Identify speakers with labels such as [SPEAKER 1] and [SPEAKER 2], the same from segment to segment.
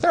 [SPEAKER 1] there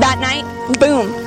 [SPEAKER 2] That night, boom,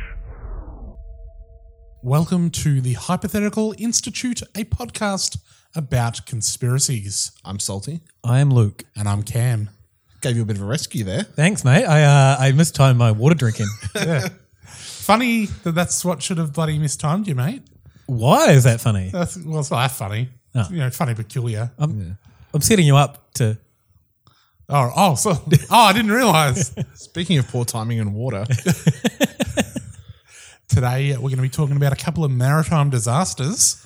[SPEAKER 3] Welcome to the Hypothetical Institute, a podcast about conspiracies.
[SPEAKER 4] I'm Salty.
[SPEAKER 5] I am Luke.
[SPEAKER 3] And I'm Cam.
[SPEAKER 4] Gave you a bit of a rescue there.
[SPEAKER 5] Thanks, mate. I uh, I mistimed my water drinking. yeah.
[SPEAKER 3] Funny that that's what should have bloody mistimed you, mate.
[SPEAKER 5] Why is that funny?
[SPEAKER 3] That's, well, it's not that funny.
[SPEAKER 5] Oh.
[SPEAKER 3] It's, You know, funny peculiar.
[SPEAKER 5] I'm, I'm setting you up to.
[SPEAKER 3] Oh, oh, so, oh, I didn't realize.
[SPEAKER 4] Speaking of poor timing and water,
[SPEAKER 3] Today, uh, we're going to be talking about a couple of maritime disasters.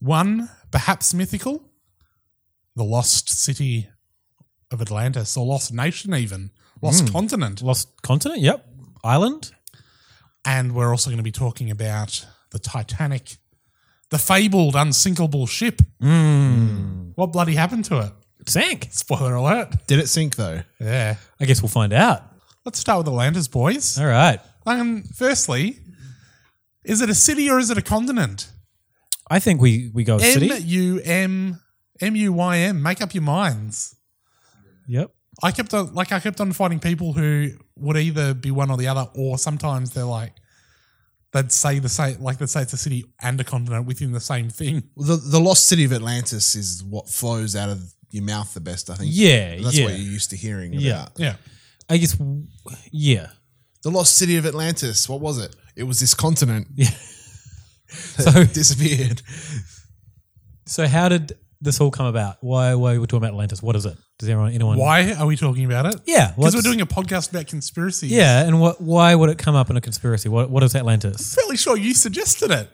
[SPEAKER 3] One, perhaps mythical, the lost city of Atlantis, or lost nation, even lost
[SPEAKER 4] Hmm.
[SPEAKER 3] continent.
[SPEAKER 5] Lost continent? Yep. Island?
[SPEAKER 3] And we're also going to be talking about the Titanic, the fabled unsinkable ship. What bloody happened to it?
[SPEAKER 5] Hmm. Sank.
[SPEAKER 3] Spoiler alert.
[SPEAKER 4] did it sink though?
[SPEAKER 3] Yeah.
[SPEAKER 5] I guess we'll find out.
[SPEAKER 3] Let's start with Atlantis, boys.
[SPEAKER 5] All right.
[SPEAKER 3] Um, firstly, is it a city or is it a continent?
[SPEAKER 5] I think we, we go
[SPEAKER 3] M
[SPEAKER 5] city.
[SPEAKER 3] U M M U Y M. Make up your minds.
[SPEAKER 5] Yep.
[SPEAKER 3] I kept on like I kept on finding people who would either be one or the other, or sometimes they're like they'd say the same like they'd say it's a city and a continent within the same thing.
[SPEAKER 4] The the lost city of Atlantis is what flows out of your mouth the best, I think.
[SPEAKER 5] Yeah,
[SPEAKER 4] that's
[SPEAKER 5] yeah.
[SPEAKER 4] what you're used to hearing. About.
[SPEAKER 5] Yeah.
[SPEAKER 3] Yeah.
[SPEAKER 5] I guess, w- yeah.
[SPEAKER 4] the lost city of Atlantis. What was it? It was this continent
[SPEAKER 5] So,
[SPEAKER 4] disappeared.
[SPEAKER 5] so how did this all come about? Why, why are we talking about Atlantis? What is it? Does anyone, anyone?
[SPEAKER 3] Why are we talking about it?
[SPEAKER 5] Yeah,
[SPEAKER 3] Because we're
[SPEAKER 5] what's-
[SPEAKER 3] doing a podcast about conspiracies.
[SPEAKER 5] Yeah. And what, why would it come up in a conspiracy? What, what is Atlantis?
[SPEAKER 3] Fairly sure you suggested it.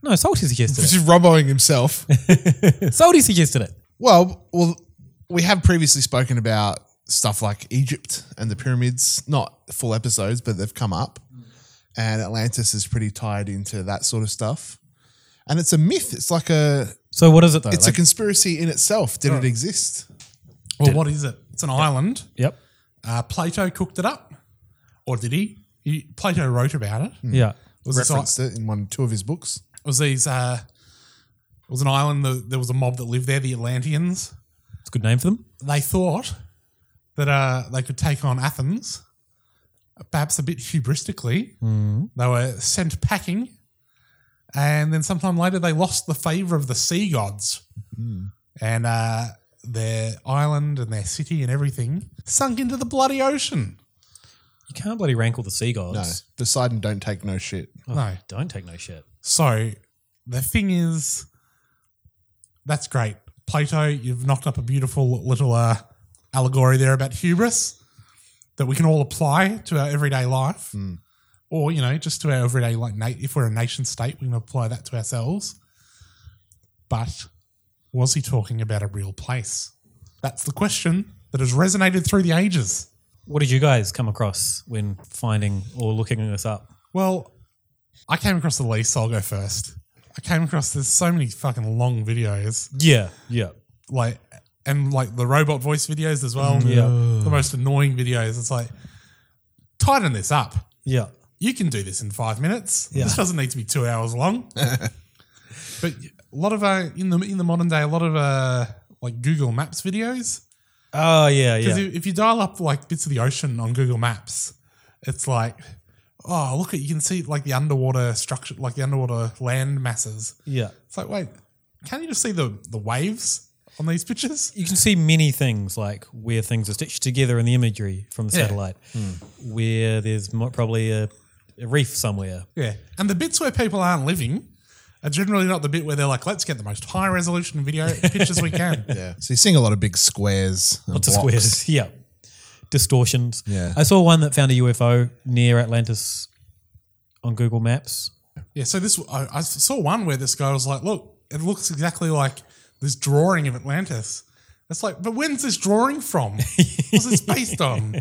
[SPEAKER 5] No, Salty suggested
[SPEAKER 4] Which is Robboing himself.
[SPEAKER 5] it. Salty suggested it.
[SPEAKER 4] well, well, we have previously spoken about stuff like Egypt and the pyramids. Not full episodes, but they've come up, and Atlantis is pretty tied into that sort of stuff. And it's a myth. It's like a
[SPEAKER 5] So what is it though?
[SPEAKER 4] it's a
[SPEAKER 5] Like-
[SPEAKER 4] conspiracy in itself. Did it exist?
[SPEAKER 3] Well, what is it? It's an island.
[SPEAKER 5] Yep.
[SPEAKER 3] Uh, Plato cooked it up, or did he? he Plato wrote about it. It
[SPEAKER 5] Hmm. Yeah.
[SPEAKER 3] was this i-
[SPEAKER 4] Referenced it in one two of his books.
[SPEAKER 3] It was these. Uh, it was an island. That, there was a mob that lived there, the Atlanteans.
[SPEAKER 5] It's a good name for them.
[SPEAKER 3] they thought that uh, they could take on Athens, perhaps a bit hubristically. They were sent packing, and then sometime later they lost the favor of the sea gods, and uh, their island and their city and everything sunk into the bloody ocean.
[SPEAKER 5] You can't bloody rankle the sea
[SPEAKER 4] No,
[SPEAKER 5] gods.
[SPEAKER 4] decide and don't take no shit.
[SPEAKER 3] No,
[SPEAKER 5] Don't take no shit.
[SPEAKER 3] so the thing is, that's great, Plato. You've knocked up a beautiful little uh, allegory there about hubris. that we can all apply to our everyday life,
[SPEAKER 5] Hmm.
[SPEAKER 3] or you know, just to our everyday like na- if we're a nation state, we can apply that to ourselves. But was he talking about a real place? That's the question that has resonated through the ages.
[SPEAKER 5] What did you guys come across when finding or looking this up?
[SPEAKER 3] Well, I came across the lease. So I'll go first. I came across there's so many fucking long videos,
[SPEAKER 5] Yeah, yeah.
[SPEAKER 3] like and like the robot voice videos as well.
[SPEAKER 5] Yeah.
[SPEAKER 3] the most annoying videos. It's like tighten this up.
[SPEAKER 5] Yeah.
[SPEAKER 3] you can do this in five minutes.
[SPEAKER 5] Yeah.
[SPEAKER 3] This doesn't need to be two hours long. but a lot of uh, in the in the modern day, a lot of uh,
[SPEAKER 5] like Google Maps videos.
[SPEAKER 3] Oh yeah, yeah.
[SPEAKER 5] Because if, if you dial up like bits of the ocean on Google Maps, it's like, oh look, at you can see like the underwater structure, like the underwater land masses.
[SPEAKER 3] Yeah.
[SPEAKER 5] It's like wait, can you just see the the waves on these pictures?
[SPEAKER 3] You can see many things like where things are stitched together in the imagery from the
[SPEAKER 5] Yeah. Hmm.
[SPEAKER 3] satellite, where there's mo- probably a, a reef somewhere.
[SPEAKER 5] Yeah. And the bits where people aren't living are generally not the bit where they're like, let's get the most high resolution video pictures we can.
[SPEAKER 4] Yeah. So you're seeing a lot of big squares. and
[SPEAKER 3] Lots of
[SPEAKER 4] blocks.
[SPEAKER 3] squares. Yeah. Distortions.
[SPEAKER 4] Yeah.
[SPEAKER 3] I saw one that found a UFO near Atlantis on Google Maps.
[SPEAKER 5] Yeah, so this I, I saw one where this guy was like, "Look, it looks exactly like this drawing of Atlantis." It's like, but when's this drawing from? What's this based on?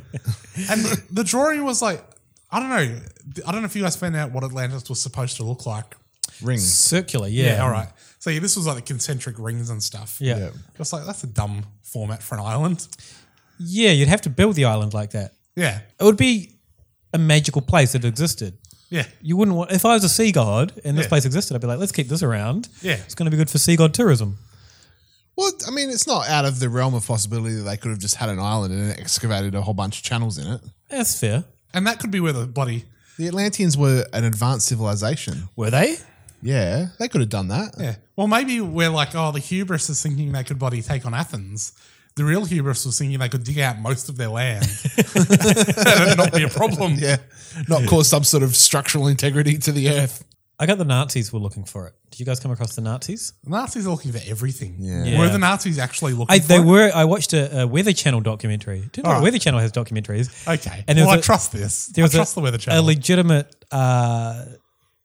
[SPEAKER 5] And the, the drawing was like, I don't know. I don't know if you guys found out what Atlantis was supposed to look like.
[SPEAKER 4] Ring.
[SPEAKER 3] Circular, yeah.
[SPEAKER 5] all right. So yeah, this was like the concentric rings and stuff.
[SPEAKER 3] Yeah. Yeah.
[SPEAKER 5] It's like that's a dumb format for an island.
[SPEAKER 3] Yeah, you'd have to build the island like that.
[SPEAKER 5] Yeah.
[SPEAKER 3] It would be a magical place that existed.
[SPEAKER 5] Yeah.
[SPEAKER 3] You wouldn't want, if I was a sea god and this
[SPEAKER 4] Yeah.
[SPEAKER 3] place existed, I'd be like, let's keep this around.
[SPEAKER 5] Yeah.
[SPEAKER 3] It's going to be good for sea god tourism.
[SPEAKER 4] Well, I mean, it's not out of the realm of possibility that they could have just had an island and excavated a whole bunch of channels in it.
[SPEAKER 3] That's fair.
[SPEAKER 5] And that could be where the bloody
[SPEAKER 4] the Atlanteans were an advanced civilization.
[SPEAKER 3] Were they?
[SPEAKER 4] Yeah, they could have done that.
[SPEAKER 5] Yeah. Well, maybe we're like, oh, the hubris is thinking they could bloody take on Athens. The real hubris was thinking they could dig out most of their land. That'd not be a problem.
[SPEAKER 4] Yeah, not cause some sort of structural integrity to the earth.
[SPEAKER 3] I got the Nazis were looking for it. Did you guys come across the Nazis?
[SPEAKER 5] The Nazis are looking for everything.
[SPEAKER 3] Yeah.
[SPEAKER 5] Were the Nazis actually looking
[SPEAKER 3] I,
[SPEAKER 5] for
[SPEAKER 3] they
[SPEAKER 5] it?
[SPEAKER 3] were. I watched a, a Weather Channel documentary. Do you know
[SPEAKER 5] All
[SPEAKER 3] what
[SPEAKER 5] right.
[SPEAKER 3] Weather Channel has documentaries?
[SPEAKER 5] Okay.
[SPEAKER 3] there
[SPEAKER 5] Well,
[SPEAKER 3] was
[SPEAKER 5] I trust this. I
[SPEAKER 3] was
[SPEAKER 5] trust the Weather
[SPEAKER 3] A
[SPEAKER 5] Channel.
[SPEAKER 3] legitimate uh,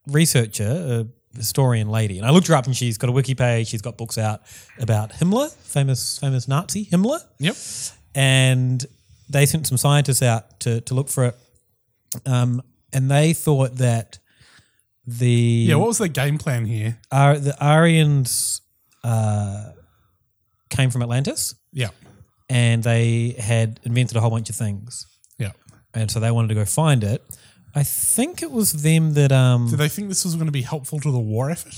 [SPEAKER 3] researcher, a historian lady, and I looked her up, and she's got a wiki page. She's got books out about Himmler, famous famous Nazi Himmler.
[SPEAKER 5] Yep.
[SPEAKER 3] And they sent some scientists out to to look for it, um, and they thought that the
[SPEAKER 5] Yeah, what was their game plan here?
[SPEAKER 3] Ar- the Aryans uh, came from Atlantis.
[SPEAKER 5] Yeah.
[SPEAKER 3] And they had invented a whole bunch of things.
[SPEAKER 5] Yeah.
[SPEAKER 3] And so they wanted to go find it. I think it was them that. Um,
[SPEAKER 5] Did they think this was going to be helpful to the war effort?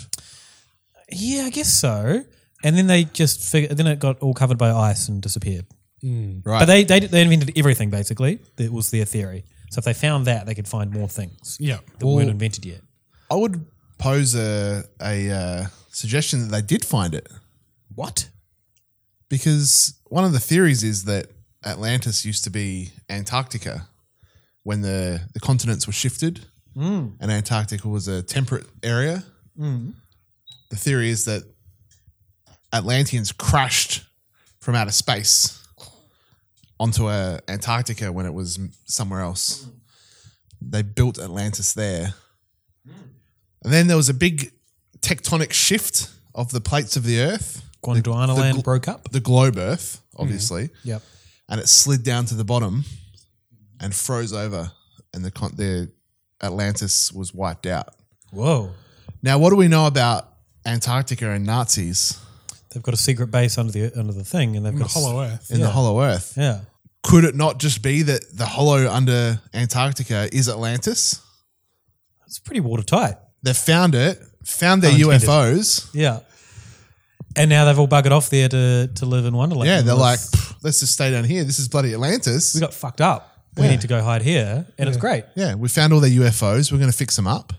[SPEAKER 3] yeah, I guess so. And then they just figured. Then it got all covered by ice and disappeared.
[SPEAKER 5] Mm.
[SPEAKER 4] Right.
[SPEAKER 3] But they, they they invented everything basically. It was their theory. So if they found that, they could find more things.
[SPEAKER 5] Yeah.
[SPEAKER 3] That
[SPEAKER 4] Well-
[SPEAKER 3] weren't invented yet.
[SPEAKER 4] I would pose a a uh, suggestion that they did find it.
[SPEAKER 3] What?
[SPEAKER 4] Because one of the theories is that Atlantis used to be Antarctica when the, the continents were shifted,
[SPEAKER 3] Mm.
[SPEAKER 4] and Antarctica was a temperate area.
[SPEAKER 3] Mm.
[SPEAKER 4] The theory is that Atlanteans crashed from outer space onto uh, Antarctica when it was m- somewhere else. They built Atlantis there.
[SPEAKER 3] Mm.
[SPEAKER 4] And then there was a big tectonic shift of the plates of the Earth.
[SPEAKER 3] Gondwana land broke up.
[SPEAKER 4] The globe Earth,
[SPEAKER 3] Mm.
[SPEAKER 4] obviously.
[SPEAKER 3] Yep.
[SPEAKER 4] And it slid down to the bottom and froze over, and the, con- the Atlantis was wiped out.
[SPEAKER 3] Whoa.
[SPEAKER 4] Now, what do we know about Antarctica and Nazis?
[SPEAKER 3] They've got a secret base under the under the thing, and they've
[SPEAKER 4] In
[SPEAKER 3] got
[SPEAKER 4] the
[SPEAKER 3] a s-
[SPEAKER 4] hollow earth. In the
[SPEAKER 3] Yeah.
[SPEAKER 4] hollow earth.
[SPEAKER 3] Yeah.
[SPEAKER 4] Could it not just be that the hollow under Antarctica is Atlantis?
[SPEAKER 3] It's pretty watertight.
[SPEAKER 4] They found it, found their
[SPEAKER 3] Pun intended.
[SPEAKER 4] UFOs.
[SPEAKER 3] Yeah. And now they've all buggered off there to, to live in Wonderland.
[SPEAKER 4] yeah, they're like,
[SPEAKER 3] Let's-
[SPEAKER 4] "Pff, let's just stay down here. This is bloody Atlantis.
[SPEAKER 3] we got fucked up. We
[SPEAKER 4] Yeah.
[SPEAKER 3] need to go hide here. And it's
[SPEAKER 4] Yeah.
[SPEAKER 3] great.
[SPEAKER 4] Yeah, we found all their UFOs. We're going to fix them up.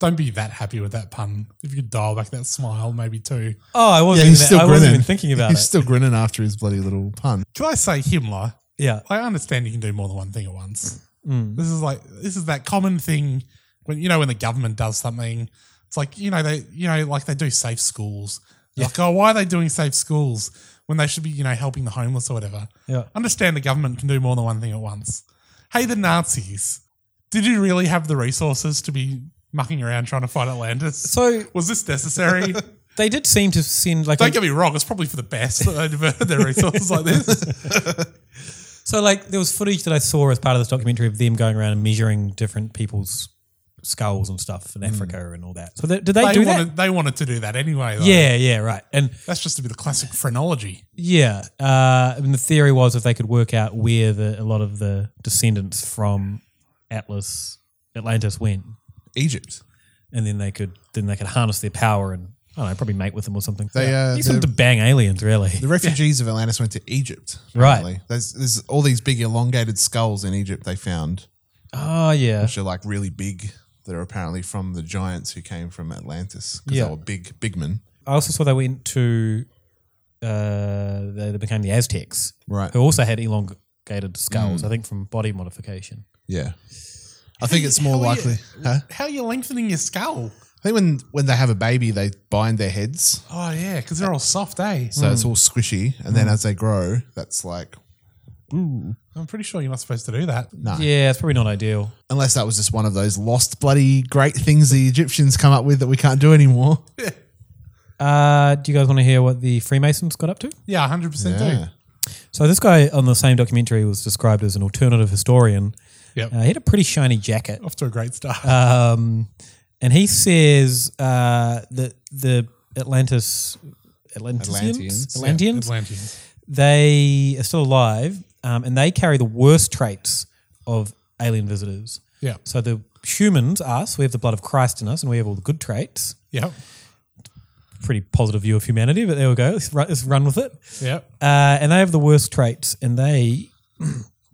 [SPEAKER 5] Don't be that happy with that pun. If you could dial back that smile, maybe too.
[SPEAKER 3] Oh, I wasn't,
[SPEAKER 4] yeah,
[SPEAKER 3] even, I wasn't even thinking about
[SPEAKER 4] he's
[SPEAKER 3] it.
[SPEAKER 4] still grinning after his bloody little pun.
[SPEAKER 5] Can I say Himmler?
[SPEAKER 3] Yeah.
[SPEAKER 5] I understand you can do more than one thing at once.
[SPEAKER 3] Mm.
[SPEAKER 5] This is like this is that common thing when you know when the government does something. It's like you know they you know like they do safe schools. They're Like oh why are they doing safe schools when they should be you know helping the homeless or whatever?
[SPEAKER 3] Yeah.
[SPEAKER 5] Understand the government can do more than one thing at once. Hey the Nazis, did you really have the resources to be mucking around trying to fight Atlantis?
[SPEAKER 3] So
[SPEAKER 5] was this necessary?
[SPEAKER 3] they did seem to send like
[SPEAKER 5] Don't get me wrong, it's probably for the best that they diverted their resources like this.
[SPEAKER 3] So like there was footage that I saw as part of this documentary of them going around and measuring different people's skulls and stuff in Africa and all that. So they, did they, do
[SPEAKER 5] wanted, Hmm. They wanted to do that anyway.
[SPEAKER 3] that?
[SPEAKER 5] though.
[SPEAKER 3] Yeah, yeah, right. And
[SPEAKER 5] That's just to be the classic phrenology.
[SPEAKER 3] Yeah, uh, and the theory was if they could work out where the, a lot of the descendants from Atlas Atlantis went,
[SPEAKER 4] Egypt,
[SPEAKER 3] and then they could then they could harness their power and I don't know, probably mate with them or something.
[SPEAKER 4] They,
[SPEAKER 3] yeah.
[SPEAKER 4] uh,
[SPEAKER 3] Use them
[SPEAKER 4] the-
[SPEAKER 3] to bang aliens, really.
[SPEAKER 4] The refugees of Atlantis went to Egypt.
[SPEAKER 3] Right.
[SPEAKER 4] apparently. There's, there's all these big elongated skulls in Egypt they found.
[SPEAKER 3] Oh, yeah.
[SPEAKER 4] Which are like really big. That are apparently from the giants who came from Atlantis because
[SPEAKER 3] Yeah.
[SPEAKER 4] they were big, big men.
[SPEAKER 3] I also saw they went to, uh, they, they became the Aztecs,
[SPEAKER 4] Right.
[SPEAKER 3] Who also had elongated skulls,
[SPEAKER 4] Mm.
[SPEAKER 3] I think, from body modification.
[SPEAKER 4] Yeah. I think it's more
[SPEAKER 5] How are
[SPEAKER 4] likely.
[SPEAKER 5] you-
[SPEAKER 4] Huh?
[SPEAKER 5] How are you lengthening your skull?
[SPEAKER 4] I think when, when they have a baby, they bind their heads.
[SPEAKER 5] Oh yeah, because they're all soft, eh?
[SPEAKER 4] So it's all squishy. And then
[SPEAKER 5] Mm.
[SPEAKER 4] as they grow, that's like,
[SPEAKER 5] I'm pretty sure you're not supposed to do that.
[SPEAKER 4] no.
[SPEAKER 3] Yeah, it's probably not ideal.
[SPEAKER 4] Unless that was just one of those lost bloody great things the Egyptians come up with that we can't do anymore.
[SPEAKER 3] Uh, do you guys want to hear what the Freemasons got up to?
[SPEAKER 5] Yeah, 100% do.
[SPEAKER 3] So this guy on the same documentary was described as an alternative historian.
[SPEAKER 5] Yep.
[SPEAKER 3] Uh, he had a pretty shiny jacket.
[SPEAKER 5] Off to a great start.
[SPEAKER 3] Um, and he says uh, that the Atlantis, Atlanteans,
[SPEAKER 4] Atlanteans.
[SPEAKER 3] Atlanteans,
[SPEAKER 4] Yeah, Atlanteans.
[SPEAKER 3] they are still alive, um, and they carry the worst traits of alien visitors.
[SPEAKER 5] Yeah.
[SPEAKER 3] So the humans, us, we have the blood of Christ in us, and we have all the good traits.
[SPEAKER 5] Yep.
[SPEAKER 3] Pretty positive view of humanity, but there we go. Let's run, let's run with it.
[SPEAKER 5] Yep.
[SPEAKER 3] Uh, and they have the worst traits, and they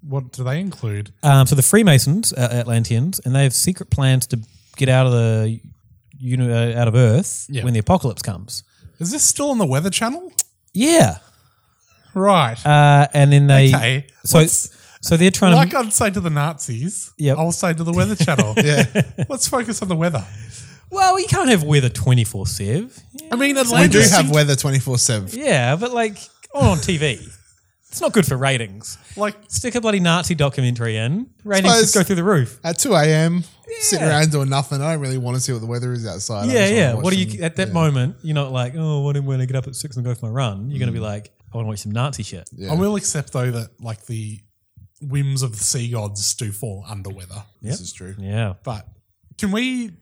[SPEAKER 5] What do they include?
[SPEAKER 3] um, so the Freemasons, uh, Atlanteans, and they have secret plans to get out of the you know, uh, out of Earth
[SPEAKER 5] Yeah.
[SPEAKER 3] when the apocalypse comes.
[SPEAKER 5] Is this still on the Weather Channel?
[SPEAKER 3] Yeah,
[SPEAKER 5] Right.
[SPEAKER 3] uh, and then they
[SPEAKER 5] Okay.
[SPEAKER 3] so
[SPEAKER 5] Let's-
[SPEAKER 3] so they're trying
[SPEAKER 5] like
[SPEAKER 3] to
[SPEAKER 5] I'd say to the Nazis,
[SPEAKER 3] Yep.
[SPEAKER 5] I'll say to the Weather Channel. yeah. Let's focus on the weather.
[SPEAKER 3] well, you can't have weather twenty four seven.
[SPEAKER 5] I mean,
[SPEAKER 4] We do
[SPEAKER 5] Atlantis.
[SPEAKER 4] have weather 24 7.
[SPEAKER 3] Yeah, but like on on TV, it's not good for ratings.
[SPEAKER 5] Like
[SPEAKER 3] stick a bloody Nazi documentary in ratings
[SPEAKER 4] Suppose-
[SPEAKER 3] just go through the roof.
[SPEAKER 4] At 2 a.m., sitting
[SPEAKER 3] Yeah.
[SPEAKER 4] around doing nothing. I don't really want to see what the weather is outside. I
[SPEAKER 3] yeah,
[SPEAKER 4] just wanna
[SPEAKER 3] yeah.
[SPEAKER 4] watch
[SPEAKER 3] What do
[SPEAKER 4] some-
[SPEAKER 3] you at that
[SPEAKER 4] yeah.
[SPEAKER 3] moment? You're not like, oh, what am I going to get up at six and go for my run? You're going
[SPEAKER 4] Mm.
[SPEAKER 3] to be like, I want to watch some Nazi shit.
[SPEAKER 5] I will accept though that like the whims of the sea gods do fall under weather.
[SPEAKER 3] This Yep.
[SPEAKER 4] is true.
[SPEAKER 3] Yeah.
[SPEAKER 5] But can we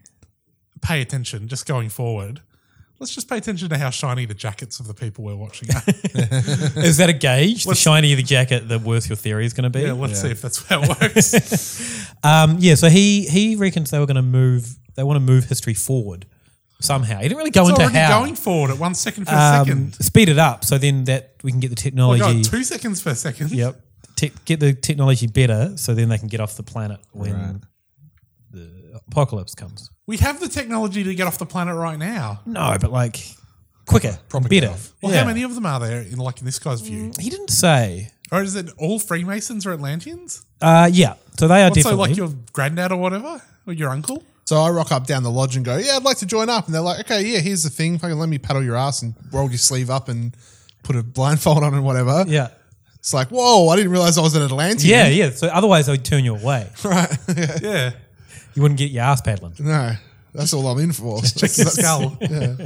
[SPEAKER 5] pay attention just going forward? Let's just pay attention to how shiny the jackets of the people we're watching are.
[SPEAKER 3] Is that a gauge? The shinier the jacket, the worse your theory is going to be.
[SPEAKER 5] yeah, let's see if that's how it works.
[SPEAKER 3] Um, yeah, so he he reckons they were going to move. They want to move history forward somehow. He didn't really go
[SPEAKER 5] it's
[SPEAKER 3] into
[SPEAKER 5] already
[SPEAKER 3] how.
[SPEAKER 5] going forward at one second per
[SPEAKER 3] Um,
[SPEAKER 5] second.
[SPEAKER 3] Speed it up so then that we can get the
[SPEAKER 5] Oh my
[SPEAKER 3] technology.
[SPEAKER 5] God, two seconds per second.
[SPEAKER 3] Yep. Te- get the technology better so then they can get off the planet when the apocalypse comes.
[SPEAKER 5] We have the technology to get off the planet right now.
[SPEAKER 3] No, but like quicker, and better.
[SPEAKER 5] Well,
[SPEAKER 3] Yeah.
[SPEAKER 5] how many of them are there in like in this guy's view?
[SPEAKER 4] Mm.
[SPEAKER 3] He didn't say.
[SPEAKER 5] Or is it all Freemasons or Atlanteans?
[SPEAKER 3] Uh, yeah. So they are
[SPEAKER 5] What, so
[SPEAKER 3] definitely.
[SPEAKER 5] like your granddad or whatever? Or your uncle?
[SPEAKER 4] So I rock up down the lodge and go, yeah, I'd like to join up. And they're like, okay, yeah, here's the thing. Fucking let me paddle your ass and roll your sleeve up and put a blindfold on and whatever.
[SPEAKER 3] yeah.
[SPEAKER 4] It's like, whoa, I didn't realize I was an Atlantean.
[SPEAKER 3] Yeah, yeah. So otherwise they'd turn you away.
[SPEAKER 4] Right.
[SPEAKER 5] Yeah.
[SPEAKER 3] You wouldn't get your ass paddling.
[SPEAKER 4] no, that's all I'm in for.
[SPEAKER 5] Check your skull.
[SPEAKER 4] Yeah.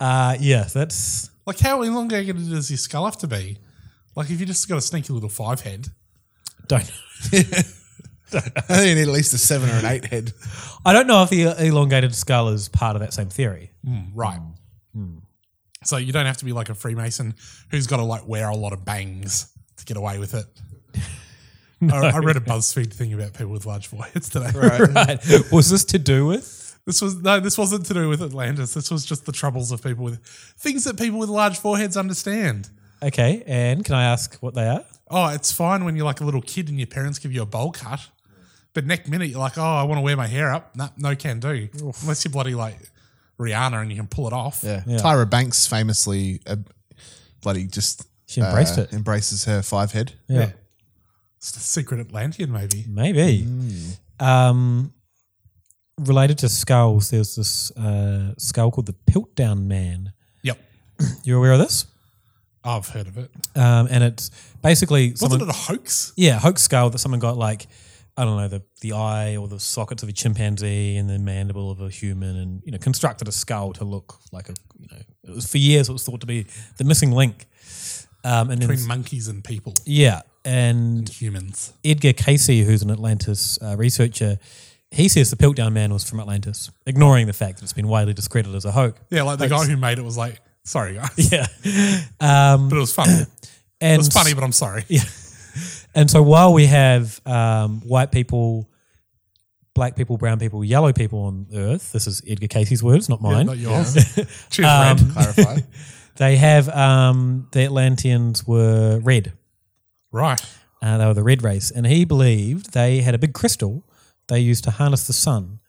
[SPEAKER 3] Uh, yeah, so that's
[SPEAKER 5] Like how elongated does your skull have to be? Like if you just got a sneaky little five head.
[SPEAKER 3] don't.
[SPEAKER 4] I think you need at least a seven or an eight head.
[SPEAKER 3] I don't know if the elongated skull is part of that same theory.
[SPEAKER 5] Hmm,
[SPEAKER 3] Hmm.
[SPEAKER 5] Right. So you don't have to be like a Freemason who's got to like wear a lot of bangs to get away with it. I, I read a BuzzFeed thing about people with large foreheads today.
[SPEAKER 3] Right. Was this to do with?
[SPEAKER 5] This was no, this wasn't to do with Atlantis. This was just the troubles of people with things that people with large foreheads understand.
[SPEAKER 3] Okay, and can I ask what they are?
[SPEAKER 5] Oh, it's fine when you're like a little kid and your parents give you a bowl cut, but next minute you're like, oh, I want to wear my hair up. Nah, no can do. Unless you're bloody like Rihanna and you can pull it off.
[SPEAKER 4] Yeah. Tyra Banks famously uh, bloody just uh,
[SPEAKER 3] She
[SPEAKER 5] Uh,
[SPEAKER 3] embraced it.
[SPEAKER 4] Embraces her five head.
[SPEAKER 3] Yeah,
[SPEAKER 5] It's the secret Atlantean, maybe.
[SPEAKER 3] maybe.
[SPEAKER 5] Hmm.
[SPEAKER 3] Um, related to skulls, there's this uh, skull called the Piltdown Man.
[SPEAKER 5] Yep.
[SPEAKER 3] You're aware of this?
[SPEAKER 5] I've heard of it.
[SPEAKER 3] Um, and it's basically someone,
[SPEAKER 5] Wasn't it a hoax?
[SPEAKER 3] yeah, hoax skull that someone got like, I don't know, the, the eye or the sockets of a chimpanzee and the mandible of a human and, you know, constructed a skull to look like a, you know, it was for years it was thought to be the missing link. Um, and then,
[SPEAKER 5] Between monkeys and people,
[SPEAKER 3] yeah, and
[SPEAKER 5] humans.
[SPEAKER 3] Edgar Casey, who's an Atlantis uh, researcher, he says the Piltdown Man was from Atlantis, ignoring the fact that it's been widely discredited as a hoax.
[SPEAKER 5] Yeah, like the guy
[SPEAKER 3] Hoax.
[SPEAKER 5] who made it was like, sorry, guys.
[SPEAKER 3] Yeah. Um,
[SPEAKER 5] But it was funny. it
[SPEAKER 3] and
[SPEAKER 5] was funny, but I'm sorry.
[SPEAKER 3] Yeah. And so while we have um, white people
[SPEAKER 5] black people, brown people, yellow people on Earth. This is Edgar Casey's words, not
[SPEAKER 3] Yeah,
[SPEAKER 5] mine.
[SPEAKER 3] not yours. Yeah. Cheers, Red, clarify.
[SPEAKER 5] They have um, the Atlanteans were red,
[SPEAKER 4] right?
[SPEAKER 5] Uh, they were the red race, and he believed they had a big crystal they used to harness the sun.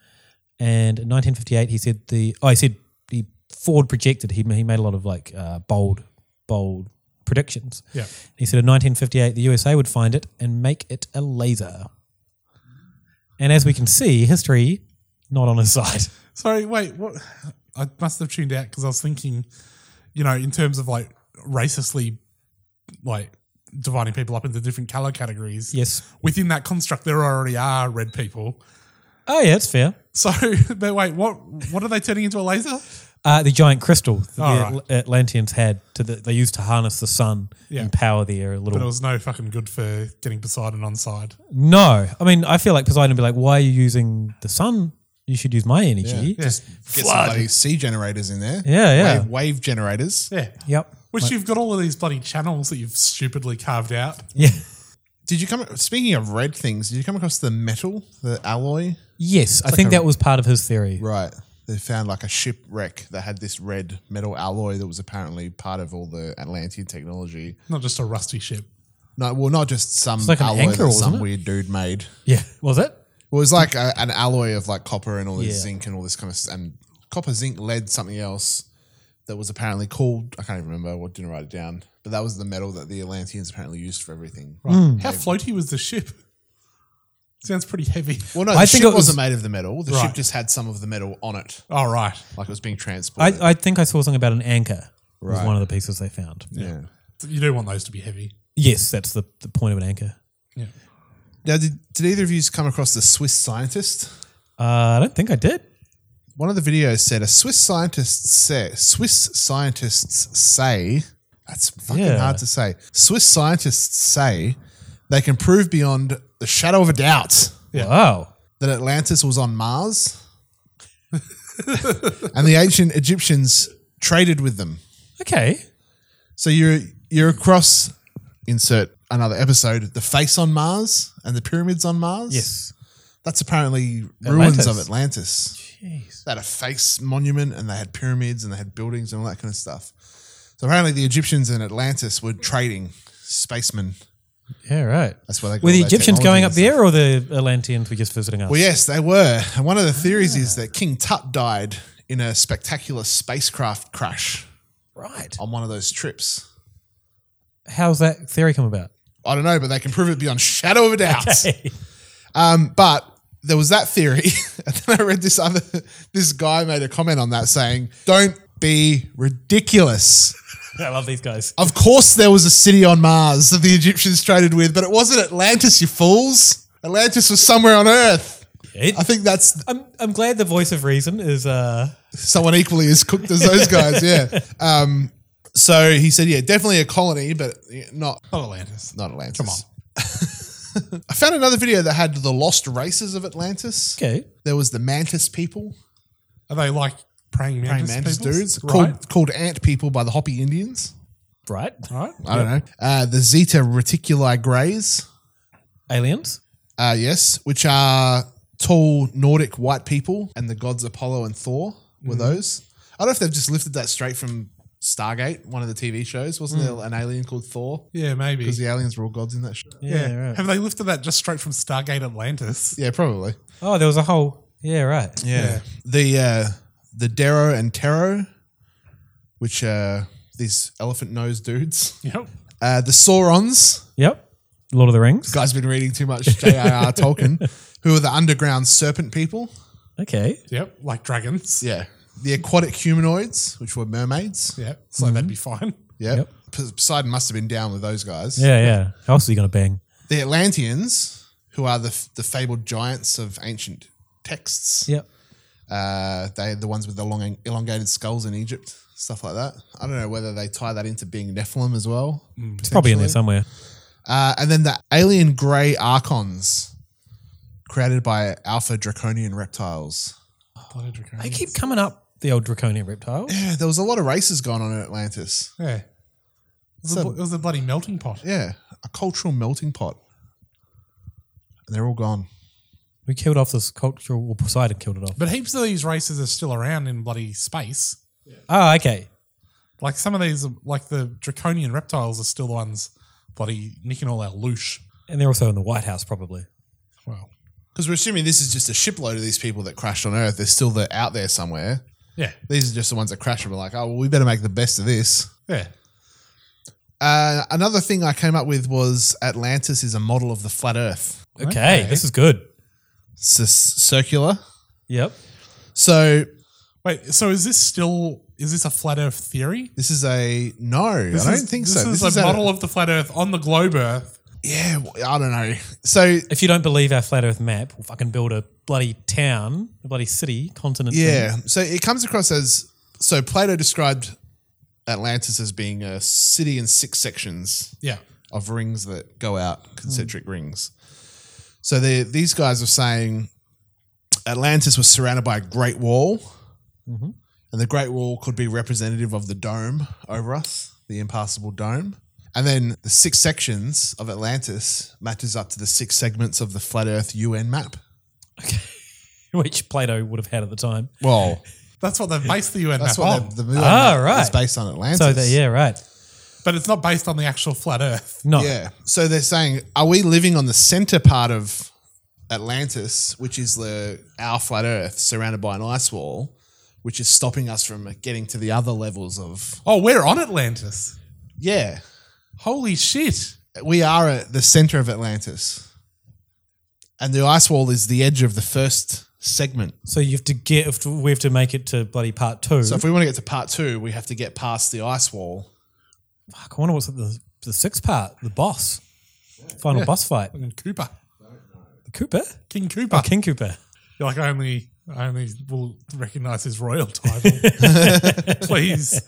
[SPEAKER 5] And in 1958, he said the oh, he said he forward projected. He he made a lot of like uh, bold, bold predictions.
[SPEAKER 4] Yeah.
[SPEAKER 5] He said in 1958, the USA would find it and make it a laser. And as we can see, history not on his side.
[SPEAKER 4] Sorry, wait. What? I must have tuned out because I was thinking, you know, in terms of like racistly, like dividing people up into different color categories.
[SPEAKER 5] Yes.
[SPEAKER 4] Within that construct, there already are red people.
[SPEAKER 5] Oh yeah, it's fair.
[SPEAKER 4] So, but wait, what? What are they turning into a laser?
[SPEAKER 5] Uh, the giant crystal that
[SPEAKER 4] Oh,
[SPEAKER 5] the
[SPEAKER 4] right.
[SPEAKER 5] Atl- Atlanteans had to the, they used to harness the sun
[SPEAKER 4] Yeah.
[SPEAKER 5] and power the air a little.
[SPEAKER 4] But it was no fucking good for getting Poseidon on side.
[SPEAKER 5] No, I mean, I feel like Poseidon would be like, "Why are you using the sun? You should use my energy."
[SPEAKER 3] Yeah.
[SPEAKER 5] Just
[SPEAKER 3] Get
[SPEAKER 5] flood.
[SPEAKER 3] some bloody sea generators in there.
[SPEAKER 5] Yeah, yeah.
[SPEAKER 3] Wave, wave generators.
[SPEAKER 4] Yeah.
[SPEAKER 5] Yep.
[SPEAKER 4] Which
[SPEAKER 3] Like-
[SPEAKER 4] you've got all of these bloody channels that you've stupidly carved out.
[SPEAKER 5] Yeah.
[SPEAKER 3] Did you come? Speaking of red things, did you come across the metal, the alloy?
[SPEAKER 5] Yes,
[SPEAKER 3] It's
[SPEAKER 5] I
[SPEAKER 3] like
[SPEAKER 5] think
[SPEAKER 3] a-
[SPEAKER 5] that was part of his theory.
[SPEAKER 3] Right. They found like a shipwreck that had this red metal alloy that was apparently part of all the Atlantean technology.
[SPEAKER 4] Not just a rusty ship.
[SPEAKER 3] No, well, not just some
[SPEAKER 5] It's like an
[SPEAKER 3] alloy
[SPEAKER 5] anchor,
[SPEAKER 3] that
[SPEAKER 5] wasn't
[SPEAKER 3] some
[SPEAKER 5] it?
[SPEAKER 3] weird dude made.
[SPEAKER 5] Yeah, was it?
[SPEAKER 3] Well, it was like a, an alloy of like copper and all this
[SPEAKER 5] Yeah.
[SPEAKER 3] zinc and all this kind of s- and copper, zinc, lead, something else that was apparently called. I can't even remember. What didn't write it down, but that was the metal that the Atlanteans apparently used for everything.
[SPEAKER 4] Right. How floaty was the ship? Sounds pretty heavy.
[SPEAKER 3] Well, no, the
[SPEAKER 5] I
[SPEAKER 3] ship
[SPEAKER 5] think it was-
[SPEAKER 3] wasn't made of the metal. The
[SPEAKER 4] Right.
[SPEAKER 3] ship just had some of the metal on it.
[SPEAKER 4] Oh, right.
[SPEAKER 3] Like it was being transported.
[SPEAKER 5] I, I think I saw something about an anchor. Was
[SPEAKER 3] Right.
[SPEAKER 5] one of the pieces they found.
[SPEAKER 3] yeah.
[SPEAKER 4] You do want those to be heavy.
[SPEAKER 5] Yes, that's the, the point of an anchor.
[SPEAKER 3] Now, did, did either of you come across the Swiss scientist?
[SPEAKER 5] Uh, I don't think I did.
[SPEAKER 3] One of the videos said a Swiss scientist say Swiss scientists say that's fucking
[SPEAKER 5] Yeah.
[SPEAKER 3] hard to say. Swiss scientists say they can prove beyond the shadow of a doubt
[SPEAKER 5] Wow.
[SPEAKER 3] that Atlantis was on Mars, and the ancient Egyptians traded with them.
[SPEAKER 5] Okay.
[SPEAKER 3] So you're you're across insert another episode the face on Mars and the pyramids on Mars.
[SPEAKER 5] Yes.
[SPEAKER 3] That's apparently ruins
[SPEAKER 5] Atlantis.
[SPEAKER 3] of Atlantis.
[SPEAKER 5] Jeez.
[SPEAKER 3] They had a face monument and they had pyramids and they had buildings and all that kind of stuff. So apparently the Egyptians and Atlantis were trading spacemen.
[SPEAKER 5] Yeah, right.
[SPEAKER 3] That's where they got
[SPEAKER 5] Were the
[SPEAKER 3] all their
[SPEAKER 5] Egyptians going
[SPEAKER 3] technology
[SPEAKER 5] up
[SPEAKER 3] and stuff.
[SPEAKER 5] there, or the Atlanteans were just visiting us? Ah.
[SPEAKER 3] Well, yes, they were. And one of the theories is that King Tut died in a spectacular spacecraft crash.
[SPEAKER 5] Right.
[SPEAKER 3] On one of those trips.
[SPEAKER 5] How's that theory come about?
[SPEAKER 3] I don't know, but they can prove it beyond shadow of a doubt.
[SPEAKER 5] Okay.
[SPEAKER 3] Um, but there was that theory, and then I read this other. This guy made a comment on that saying, "Don't be ridiculous."
[SPEAKER 5] I love these guys.
[SPEAKER 3] Of course, there was a city on Mars that the Egyptians traded with, but it wasn't Atlantis, you fools. Atlantis was somewhere on Earth. I think that's
[SPEAKER 5] I'm, I'm glad the voice of reason is. Uh,
[SPEAKER 3] someone equally as cooked as those guys. Yeah. Um, so he said, yeah, definitely a colony, but not
[SPEAKER 4] Not Atlantis.
[SPEAKER 3] Not Atlantis. Come on. I found another video that had the lost races of Atlantis.
[SPEAKER 5] Okay.
[SPEAKER 3] There was the mantis people,
[SPEAKER 4] Are they like praying
[SPEAKER 3] praying
[SPEAKER 4] mantis,
[SPEAKER 3] mantis
[SPEAKER 4] peoples?
[SPEAKER 3] dudes,
[SPEAKER 4] Right.
[SPEAKER 3] called called ant people by the Hopi Indians.
[SPEAKER 5] right.
[SPEAKER 4] Right.
[SPEAKER 3] I don't know. Uh, the Zeta reticuli greys.
[SPEAKER 5] Aliens?
[SPEAKER 3] Uh, yes, which are tall Nordic white people, and the gods Apollo and Thor
[SPEAKER 4] Mm-hmm.
[SPEAKER 3] were
[SPEAKER 5] Mhm.
[SPEAKER 3] those. I don't know if they've just lifted that straight from Stargate, one of the TV shows. Wasn't
[SPEAKER 4] Mm.
[SPEAKER 3] there an alien called Thor?
[SPEAKER 4] Yeah, maybe.
[SPEAKER 3] Because the aliens were all gods in that show.
[SPEAKER 4] Yeah. Have they lifted that just straight from Stargate Atlantis?
[SPEAKER 3] Yeah, probably.
[SPEAKER 5] Oh, there was a whole. Yeah, right.
[SPEAKER 3] Yeah. The uh, the Darrow and Taro, which are these elephant nosed dudes.
[SPEAKER 4] Yep.
[SPEAKER 3] Uh, the Saurons.
[SPEAKER 5] Yep. Lord of the Rings.
[SPEAKER 3] Guy's been reading too much J.R.R. Tolkien. Who are the underground serpent people?
[SPEAKER 5] Okay.
[SPEAKER 4] Yep. Like dragons.
[SPEAKER 3] Yeah. The aquatic humanoids, which were mermaids.
[SPEAKER 4] Yeah. So
[SPEAKER 3] Mm-hmm.
[SPEAKER 4] that'd be fine.
[SPEAKER 3] Yep. P- Poseidon must have been down with those guys.
[SPEAKER 5] Yeah, yeah. How else are you going to bang?
[SPEAKER 3] The Atlanteans, who are the, f- the fabled giants of ancient texts.
[SPEAKER 5] Yep.
[SPEAKER 3] Uh, they the ones with the long elongated skulls in Egypt, stuff like that. I don't know whether they tie that into being Nephilim as well.
[SPEAKER 5] It's probably in there
[SPEAKER 3] potentially.
[SPEAKER 5] somewhere.
[SPEAKER 3] Uh, and then the alien grey archons, created by alpha draconian reptiles.
[SPEAKER 5] They keep coming up, the old draconian reptiles.
[SPEAKER 3] Yeah, there was a lot of races going on in Atlantis.
[SPEAKER 4] Yeah. It was, a,
[SPEAKER 3] So-
[SPEAKER 4] bl- it was a bloody melting pot.
[SPEAKER 3] Yeah, a cultural melting pot. And they're all gone.
[SPEAKER 5] We killed off this cultural, well, Poseidon killed it off.
[SPEAKER 4] But heaps of these races are still around in bloody space.
[SPEAKER 5] Oh, okay.
[SPEAKER 4] Like some of these, like the draconian reptiles, are still the ones bloody nicking all our loosh.
[SPEAKER 5] And they're also in the White House, probably.
[SPEAKER 3] Because we're assuming this is just a shipload of these people that crashed on Earth. They're still the, out there somewhere.
[SPEAKER 4] Yeah.
[SPEAKER 3] These are just the ones that crashed and were like, oh, well, we better make the best of this.
[SPEAKER 4] Yeah.
[SPEAKER 3] Uh, another thing I came up with was Atlantis is a model of the flat Earth.
[SPEAKER 5] Okay, this is good.
[SPEAKER 3] It's a circular.
[SPEAKER 5] Yep.
[SPEAKER 3] So
[SPEAKER 4] wait, so is this still is this a flat Earth theory?
[SPEAKER 3] This is a no. I don't think so.
[SPEAKER 4] This is
[SPEAKER 3] This is
[SPEAKER 4] a
[SPEAKER 3] a-
[SPEAKER 4] model of the flat Earth on the globe Earth.
[SPEAKER 3] Yeah, I don't know. So if
[SPEAKER 5] you don't believe our flat Earth map, we'll fucking build a bloody town, a bloody city, continent. thing.
[SPEAKER 3] Yeah. So it comes across as so Plato described Atlantis as being a city in six sections.
[SPEAKER 4] Yeah.
[SPEAKER 3] Of rings that go out, concentric rings. So they, these guys are saying Atlantis was surrounded by a great wall,
[SPEAKER 5] Mhm.
[SPEAKER 3] and the great wall could be representative of the dome over us, the impassable dome. And then the six sections of Atlantis matches up to the six segments of the flat Earth UN map.
[SPEAKER 5] Which Plato would have had at the time.
[SPEAKER 3] Well,
[SPEAKER 4] That's what they've based the UN
[SPEAKER 3] That's
[SPEAKER 4] map
[SPEAKER 3] what
[SPEAKER 4] on.
[SPEAKER 3] the- the UN
[SPEAKER 5] Ah,
[SPEAKER 3] map
[SPEAKER 5] right.
[SPEAKER 3] is based on Atlantis.
[SPEAKER 5] So they- yeah, right.
[SPEAKER 4] But it's not based on the actual flat Earth.
[SPEAKER 3] Yeah. So they're saying, are we living on the center part of Atlantis, which is the our flat Earth, surrounded by an ice wall, which is stopping us from getting to the other levels of?
[SPEAKER 4] Oh, we're on Atlantis.
[SPEAKER 3] Yeah.
[SPEAKER 4] Holy shit!
[SPEAKER 3] We are at the center of Atlantis, and the ice wall is the edge of the first segment.
[SPEAKER 5] So you have to get, if we have to make it to bloody part two.
[SPEAKER 3] So if we want to get to part two, we have to get past the ice wall.
[SPEAKER 5] Fuck, I wonder what's at the, the sixth part, the boss, final
[SPEAKER 4] Yeah.
[SPEAKER 5] boss fight.
[SPEAKER 4] Cooper.
[SPEAKER 5] Cooper?
[SPEAKER 4] King Cooper.
[SPEAKER 5] Oh, King Cooper.
[SPEAKER 4] You're like I only I only will recognize his royal title. Please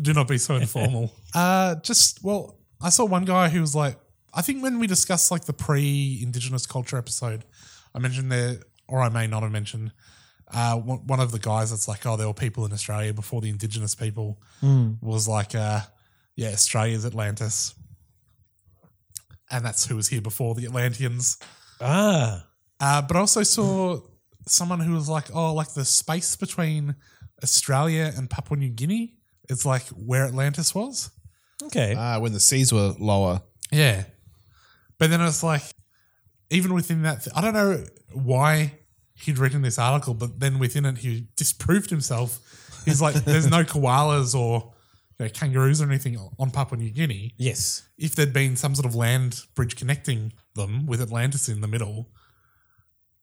[SPEAKER 4] do not be so informal. Uh just well, I saw one guy who was like I think when we discussed like the pre-indigenous culture episode, I mentioned there or I may not have mentioned uh, one one of the guys that's like, oh, there were people in Australia before the indigenous people
[SPEAKER 5] Hmm.
[SPEAKER 4] was like, uh, yeah, Australia's Atlantis. And that's who was here before the Atlanteans.
[SPEAKER 5] Ah.
[SPEAKER 4] Uh, but I also saw someone who was like, oh, like the space between Australia and Papua New Guinea is like where Atlantis was.
[SPEAKER 5] Okay.
[SPEAKER 3] Ah, when the seas were lower.
[SPEAKER 4] Yeah. But then it's like, even within that, th- I don't know why he'd written this article, but then within it, he disproved himself. He's like, there's no koalas or you know, kangaroos or anything on Papua New Guinea.
[SPEAKER 5] Yes.
[SPEAKER 4] If there'd been some sort of land bridge connecting them with Atlantis in the middle,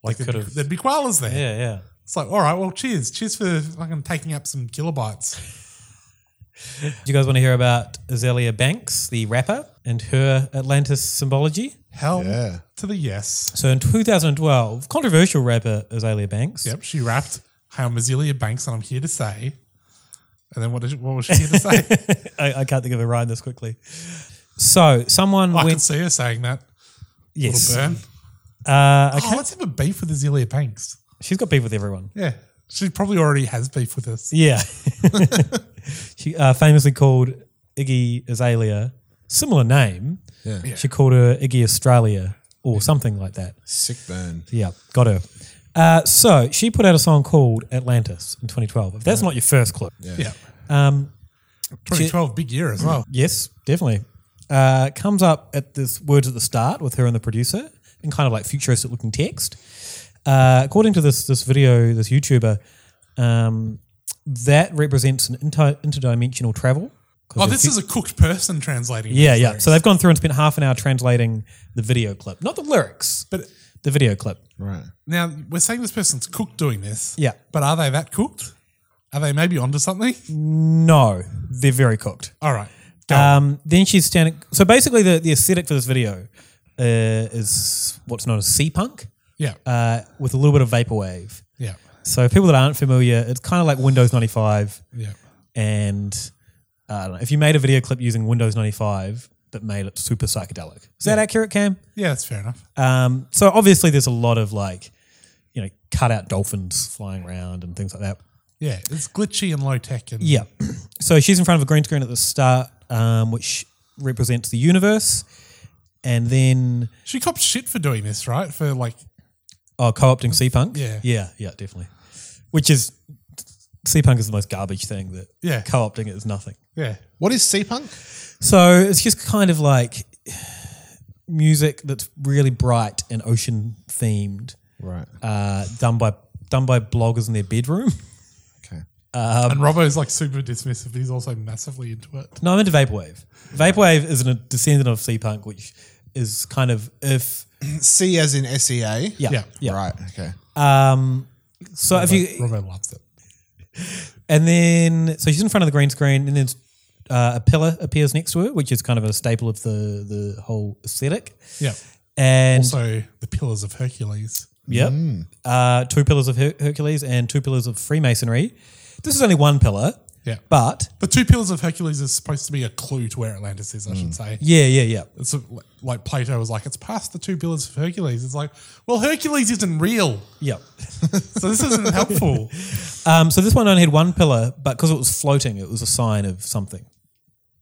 [SPEAKER 4] like
[SPEAKER 5] They
[SPEAKER 4] there'd,
[SPEAKER 5] could've-
[SPEAKER 4] be, there'd be koalas there.
[SPEAKER 5] Yeah, yeah.
[SPEAKER 4] It's like, all right, well, cheers. Cheers for fucking taking up some kilobytes.
[SPEAKER 5] Do you guys want to hear about Azalea Banks, the rapper, and her Atlantis symbology?
[SPEAKER 4] Hell to the yes.
[SPEAKER 5] So in 2012, controversial rapper Azalea Banks.
[SPEAKER 4] Yep, she rapped "How I'm Azealia Banks and I'm here to say," and then what did what was she here to say?
[SPEAKER 5] I, I can't think of a rhyme this quickly. So someone
[SPEAKER 4] I can
[SPEAKER 5] went.
[SPEAKER 4] see her saying that.
[SPEAKER 5] Yes.
[SPEAKER 4] Little burn.
[SPEAKER 5] Uh,
[SPEAKER 4] Oh, let's have a beef with Azealia Banks.
[SPEAKER 5] She's got beef with everyone.
[SPEAKER 4] Yeah, she probably already has beef with us.
[SPEAKER 5] Yeah. she uh, famously called Iggy Azalea, similar name.
[SPEAKER 3] Yeah. Yeah.
[SPEAKER 5] She called her Iggy Australia or something like that.
[SPEAKER 3] Sick burn.
[SPEAKER 5] Yeah, got her. Uh, so she put out a song called Atlantis in 2012. If that's not your first clue.
[SPEAKER 4] Yeah.
[SPEAKER 5] Um, Mm.
[SPEAKER 4] 2012, big year as well.
[SPEAKER 5] Yes, definitely. Uh, comes up at this words at the start with her and the producer in kind of like futuristic looking text. Uh, according to this this video, this YouTuber, um, that represents an inter- interdimensional travel. 'Cause
[SPEAKER 4] Oh,
[SPEAKER 5] the
[SPEAKER 4] this
[SPEAKER 5] fu-
[SPEAKER 4] is a cooked person translating.
[SPEAKER 5] yeah,
[SPEAKER 4] these
[SPEAKER 5] yeah.
[SPEAKER 4] lyrics.
[SPEAKER 5] So they've gone through and spent half an hour translating the video clip, not the lyrics,
[SPEAKER 4] but
[SPEAKER 5] the video clip.
[SPEAKER 3] Right.
[SPEAKER 4] Now we're saying this person's cooked doing this.
[SPEAKER 5] Yeah.
[SPEAKER 4] but are they that cooked? Are they maybe onto something?
[SPEAKER 5] No, they're very cooked.
[SPEAKER 4] All right.
[SPEAKER 5] Um, then she's standing. So basically, the, the aesthetic for this video uh, is what's known as sea punk.
[SPEAKER 4] Yeah.
[SPEAKER 5] Uh, with a little bit of vaporwave.
[SPEAKER 4] Yeah.
[SPEAKER 5] So people that aren't familiar, it's kind of like Windows ninety five.
[SPEAKER 4] Yeah.
[SPEAKER 5] And uh, I don't know if you made a video clip using Windows ninety five that made it super psychedelic. Is that accurate, Cam?
[SPEAKER 4] Yeah, that's fair enough.
[SPEAKER 5] Um, so obviously, there's a lot of like, you know, cut out dolphins flying around and things like that.
[SPEAKER 4] Yeah, it's glitchy and low tech and
[SPEAKER 5] Yeah. So she's in front of a green screen at the start, um, which represents the universe. And then
[SPEAKER 4] She copped shit for doing this, right? For like
[SPEAKER 3] Oh, co-opting C punk.
[SPEAKER 5] Yeah.
[SPEAKER 3] yeah, yeah, definitely. Which is C punk is the most garbage thing that
[SPEAKER 4] Yeah.
[SPEAKER 3] co-opting it is nothing.
[SPEAKER 5] Yeah.
[SPEAKER 4] What is C punk?
[SPEAKER 3] So it's just kind of like music that's really bright and ocean themed,
[SPEAKER 4] Right.
[SPEAKER 3] Uh, done by done by bloggers in their bedroom.
[SPEAKER 4] Okay.
[SPEAKER 3] Um,
[SPEAKER 5] and Robbo's like super dismissive. He's also massively into it.
[SPEAKER 3] No, I'm into vaporwave. Vaporwave is a descendant of C punk, which is kind of if
[SPEAKER 4] C as in E SEA.
[SPEAKER 3] Yeah, Yeah. yeah.
[SPEAKER 4] Right. Okay.
[SPEAKER 3] Um, so if you
[SPEAKER 5] Robbo loves it.
[SPEAKER 3] And then, so she's in front of the green screen, and then uh, a pillar appears next to her, which is kind of a staple of the the whole aesthetic.
[SPEAKER 5] Yeah.
[SPEAKER 3] And
[SPEAKER 5] also the Pillars of Hercules.
[SPEAKER 3] yep,
[SPEAKER 4] Hmm.
[SPEAKER 5] Mm.
[SPEAKER 3] uh, two pillars of Her- Hercules and two pillars of Freemasonry. This is only one pillar.
[SPEAKER 5] Yeah.
[SPEAKER 3] But
[SPEAKER 5] The two pillars of Hercules is supposed to be a clue to where Atlantis is, I should say.
[SPEAKER 3] Yeah, yeah, yeah.
[SPEAKER 5] It's a, like Plato was like, it's past the two pillars of Hercules. It's like, well, Hercules isn't real.
[SPEAKER 3] Yep.
[SPEAKER 5] so this isn't helpful.
[SPEAKER 3] Um, so this one only had one pillar, but because it was floating, it was a sign of something.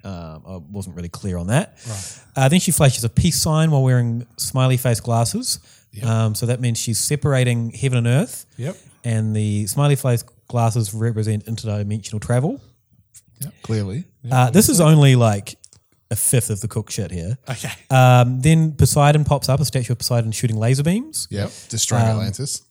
[SPEAKER 3] Um, I wasn't really clear on that.
[SPEAKER 5] Right.
[SPEAKER 3] Uh, then she flashes a peace sign while wearing smiley face glasses. Um, so that means she's separating heaven and earth.
[SPEAKER 5] Yep.
[SPEAKER 3] And the smiley face glasses represent interdimensional travel.
[SPEAKER 4] Clearly.
[SPEAKER 3] Uh, this is only like a fifth of the cook shit here.
[SPEAKER 5] Okay.
[SPEAKER 4] Uh,
[SPEAKER 3] Um, then Poseidon pops up, a statue of Poseidon shooting laser beams.
[SPEAKER 4] Yep. Destroying
[SPEAKER 3] Um,
[SPEAKER 4] Atlantis.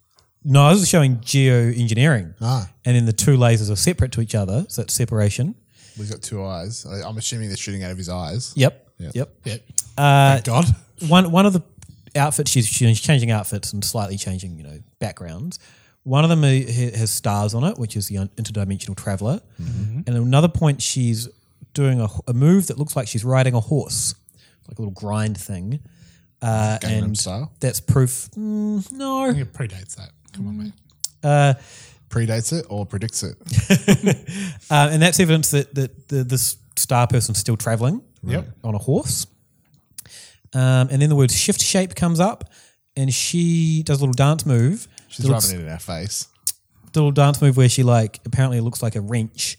[SPEAKER 3] No, this is showing geoengineering.
[SPEAKER 4] Ah.
[SPEAKER 3] And then the two lasers are separate to each other, so it's separation.
[SPEAKER 4] We've got two eyes. I- I'm assuming they're shooting out of his eyes.
[SPEAKER 3] Yep.
[SPEAKER 4] Yep.
[SPEAKER 3] Yep.
[SPEAKER 5] Yep.
[SPEAKER 3] Uh,
[SPEAKER 5] Thank God.
[SPEAKER 3] One one of the outfits she's, she's changing outfits and slightly changing you know backgrounds. One of them i- ha- has stars on it, which is the un- interdimensional traveler.
[SPEAKER 6] Mhm.
[SPEAKER 4] Mm-hmm.
[SPEAKER 3] And at another point, she's doing a, h- a move that looks like she's riding a horse, like a little grind thing. Uh,
[SPEAKER 4] Gangnam
[SPEAKER 3] and
[SPEAKER 4] Style?
[SPEAKER 3] that's proof. Mm, no,
[SPEAKER 5] I think it predates that. Come on, mate.
[SPEAKER 3] Uh,
[SPEAKER 4] Predates it or predicts it.
[SPEAKER 3] Uh, and that's evidence that, that the, this star person's still traveling
[SPEAKER 5] Yep.
[SPEAKER 3] on a horse. Um, and then the word shift shape comes up, and she does a little dance move.
[SPEAKER 4] She's
[SPEAKER 3] that looks-
[SPEAKER 4] rubbing it in our face.
[SPEAKER 3] the little dance move where she like apparently looks like a wrench,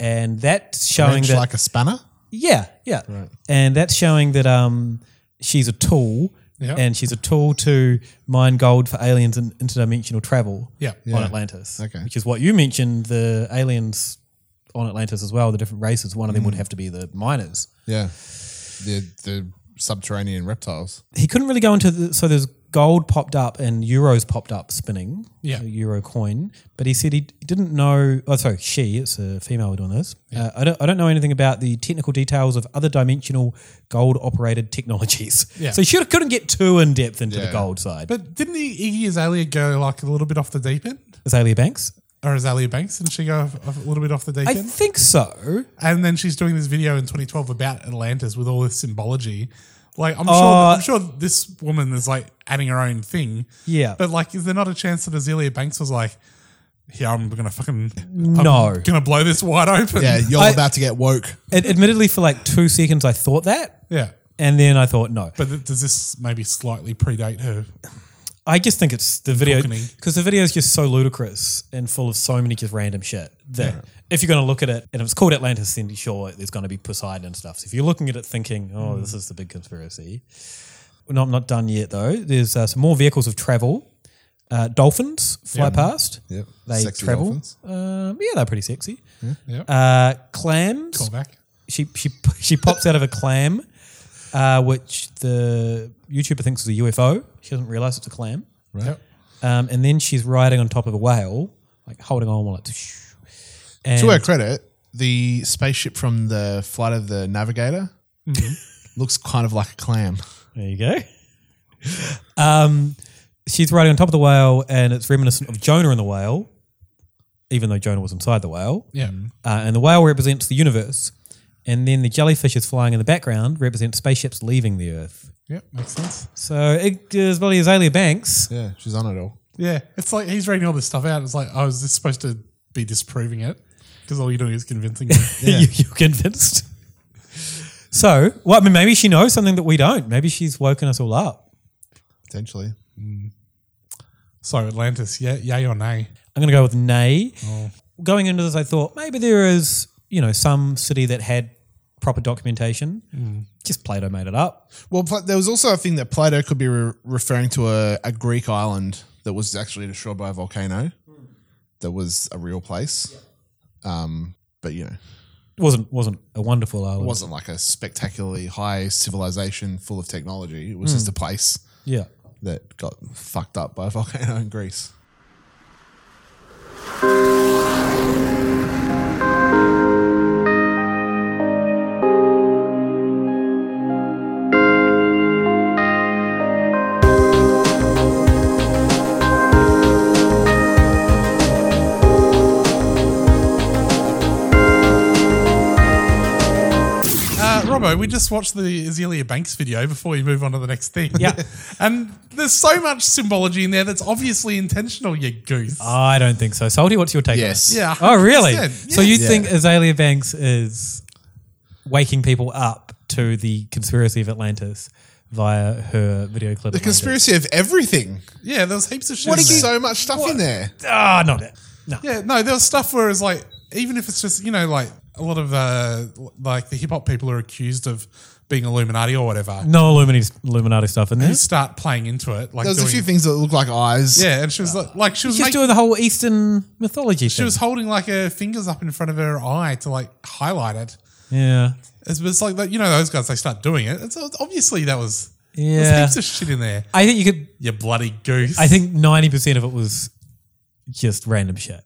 [SPEAKER 3] and that's showing
[SPEAKER 4] Wrench
[SPEAKER 3] that
[SPEAKER 4] like a spanner.
[SPEAKER 3] yeah yeah,
[SPEAKER 4] Right.
[SPEAKER 3] and that's showing that um she's a tool.
[SPEAKER 4] Yeah.
[SPEAKER 3] And she's a tool to mine gold for aliens and interdimensional travel
[SPEAKER 5] Yeah.
[SPEAKER 3] on
[SPEAKER 5] Yeah.
[SPEAKER 3] Atlantis.
[SPEAKER 5] Okay.
[SPEAKER 3] Which is what you mentioned the aliens on Atlantis as well, the different races. One of them would
[SPEAKER 5] Mm.
[SPEAKER 3] have to be the miners.
[SPEAKER 4] Yeah. The the subterranean reptiles.
[SPEAKER 3] he couldn't really go into the so there's gold popped up and euros popped up spinning
[SPEAKER 4] Yeah.
[SPEAKER 3] a euro coin but he said he didn't know oh sorry she it's a female doing this uh, I, don't, I don't know anything about the technical details of other dimensional gold operated technologies
[SPEAKER 5] Yeah.
[SPEAKER 3] so she couldn't get too in depth into the gold side
[SPEAKER 5] But didn't the Iggy Azalea go like a little bit off the deep end?
[SPEAKER 3] azalea banks
[SPEAKER 5] Or Azalea Banks? Didn't she go off- off a little bit off the deep
[SPEAKER 3] I
[SPEAKER 5] end?
[SPEAKER 3] think so.
[SPEAKER 5] And then she's doing this video in 2012 about Atlantis with all this symbology. Like I'm
[SPEAKER 3] Oh.
[SPEAKER 5] sure, I'm sure this woman is like adding her own thing.
[SPEAKER 3] Yeah.
[SPEAKER 5] But like, is there not a chance that Azalea Banks was like, "Yeah, I'm gonna fucking
[SPEAKER 3] No.
[SPEAKER 5] I'm gonna blow this wide open."
[SPEAKER 3] Yeah, you're I- about
[SPEAKER 4] to get woke.
[SPEAKER 3] Ad- admittedly for like two seconds i thought that
[SPEAKER 5] Yeah.
[SPEAKER 3] and then i thought no
[SPEAKER 5] But th- does this maybe slightly predate her?
[SPEAKER 3] I just think it's the video
[SPEAKER 5] Cockney.
[SPEAKER 3] because the video is just so ludicrous and full of so many just random shit that
[SPEAKER 5] Yeah.
[SPEAKER 3] if you're going to look at it and if it's called Atlantis, then sure there's going to be Poseidon and stuff. So if you're looking at it thinking, oh,
[SPEAKER 5] Mm.
[SPEAKER 3] this is the big conspiracy. No, I'm not done yet though. There's uh, some more vehicles of travel. Uh, dolphins fly
[SPEAKER 4] Yep.
[SPEAKER 3] past.
[SPEAKER 4] Yep.
[SPEAKER 3] They
[SPEAKER 4] Sexy
[SPEAKER 3] travel.
[SPEAKER 4] dolphins.
[SPEAKER 3] Um, yeah, they're pretty sexy.
[SPEAKER 4] Yeah.
[SPEAKER 5] Yep.
[SPEAKER 3] Uh, clams.
[SPEAKER 5] Callback.
[SPEAKER 3] She she she pops out of a clam, uh, which the YouTuber thinks is a UFO. She doesn't realize it's a clam.
[SPEAKER 4] Right. Yep.
[SPEAKER 3] Um, and then she's riding on top of a whale, like holding on while it's. And
[SPEAKER 4] to her credit, the spaceship from the flight of the Navigator
[SPEAKER 5] Mm-hmm.
[SPEAKER 4] looks kind of like a clam.
[SPEAKER 3] There you go. Um, she's riding on top of the whale, and it's reminiscent of Jonah and the whale, even though Jonah was inside the whale.
[SPEAKER 5] Yeah.
[SPEAKER 3] Uh, and the whale represents the universe, and then the jellyfish is flying in the background represents spaceships leaving the Earth.
[SPEAKER 5] Yep, makes sense.
[SPEAKER 3] So it is probably Azalea Banks.
[SPEAKER 4] Yeah, she's on it all.
[SPEAKER 5] Yeah, it's like he's reading all this stuff out. It's like, oh, is this supposed to be disproving it? Because all you're doing is convincing me.
[SPEAKER 3] you, you're convinced. So, well, I mean, maybe she knows something that we don't. Maybe she's woken us all up.
[SPEAKER 4] Potentially.
[SPEAKER 5] Mm. So Atlantis, yeah, yay or nay?
[SPEAKER 3] I'm going to go with
[SPEAKER 5] Oh.
[SPEAKER 3] nay. Going into this, I thought maybe there is, you know, some city that had proper documentation.
[SPEAKER 5] Hmm.
[SPEAKER 3] Just Plato made it up.
[SPEAKER 5] Well, but there was also a thing that Plato could be re- referring to a, a Greek island that was actually destroyed by a volcano, that was a real place. Um, but you know,
[SPEAKER 3] It wasn't wasn't a wonderful island.
[SPEAKER 5] it wasn't like a spectacularly high civilization full of technology. It was
[SPEAKER 3] Mm.
[SPEAKER 5] just a place,
[SPEAKER 3] Yeah.
[SPEAKER 5] that got fucked up by a volcano in Greece.
[SPEAKER 4] Uh, Uh, Robbo, we just watched the Azealia Banks video before we move on to the next thing. Yeah. and there's so much symbology in there that's obviously intentional, you goose.
[SPEAKER 5] Ah.
[SPEAKER 3] I don't think so. Salty, what's your take?
[SPEAKER 4] Yes.
[SPEAKER 3] On it?
[SPEAKER 4] Yeah,
[SPEAKER 3] Oh, really?
[SPEAKER 4] 100%.
[SPEAKER 3] So you
[SPEAKER 4] Yeah.
[SPEAKER 3] think Azalea Banks is waking people up to the conspiracy of Atlantis via her video clip?
[SPEAKER 5] The conspiracy of everything.
[SPEAKER 4] Yeah, there was heaps of shit.
[SPEAKER 5] What
[SPEAKER 4] in
[SPEAKER 5] did you-
[SPEAKER 4] there.
[SPEAKER 5] so much stuff in there?
[SPEAKER 3] Ah, not it. No.
[SPEAKER 4] Yeah, no, there was stuff where it's like, even if it's just, you know, like a lot of uh, like the hip hop people are accused of being Illuminati or whatever.
[SPEAKER 3] No Illuminati, Illuminati stuff in
[SPEAKER 4] And
[SPEAKER 3] there.
[SPEAKER 4] you start playing into it. Like
[SPEAKER 5] there was a
[SPEAKER 4] doing-
[SPEAKER 5] few things that looked like eyes.
[SPEAKER 4] Yeah, and she was like, like she was
[SPEAKER 3] She's
[SPEAKER 4] making-
[SPEAKER 3] doing the whole Eastern mythology
[SPEAKER 4] She
[SPEAKER 3] thing.
[SPEAKER 4] was holding like her fingers up in front of her eye to like highlight it.
[SPEAKER 3] yeah.
[SPEAKER 4] It's, it's like that, you know, those guys, they start doing it. It's, obviously, that was. Yeah.
[SPEAKER 3] Yeah.
[SPEAKER 4] There's heaps of shit in there.
[SPEAKER 3] I think you could.
[SPEAKER 4] You bloody goose.
[SPEAKER 3] I think ninety percent of it was just random shit.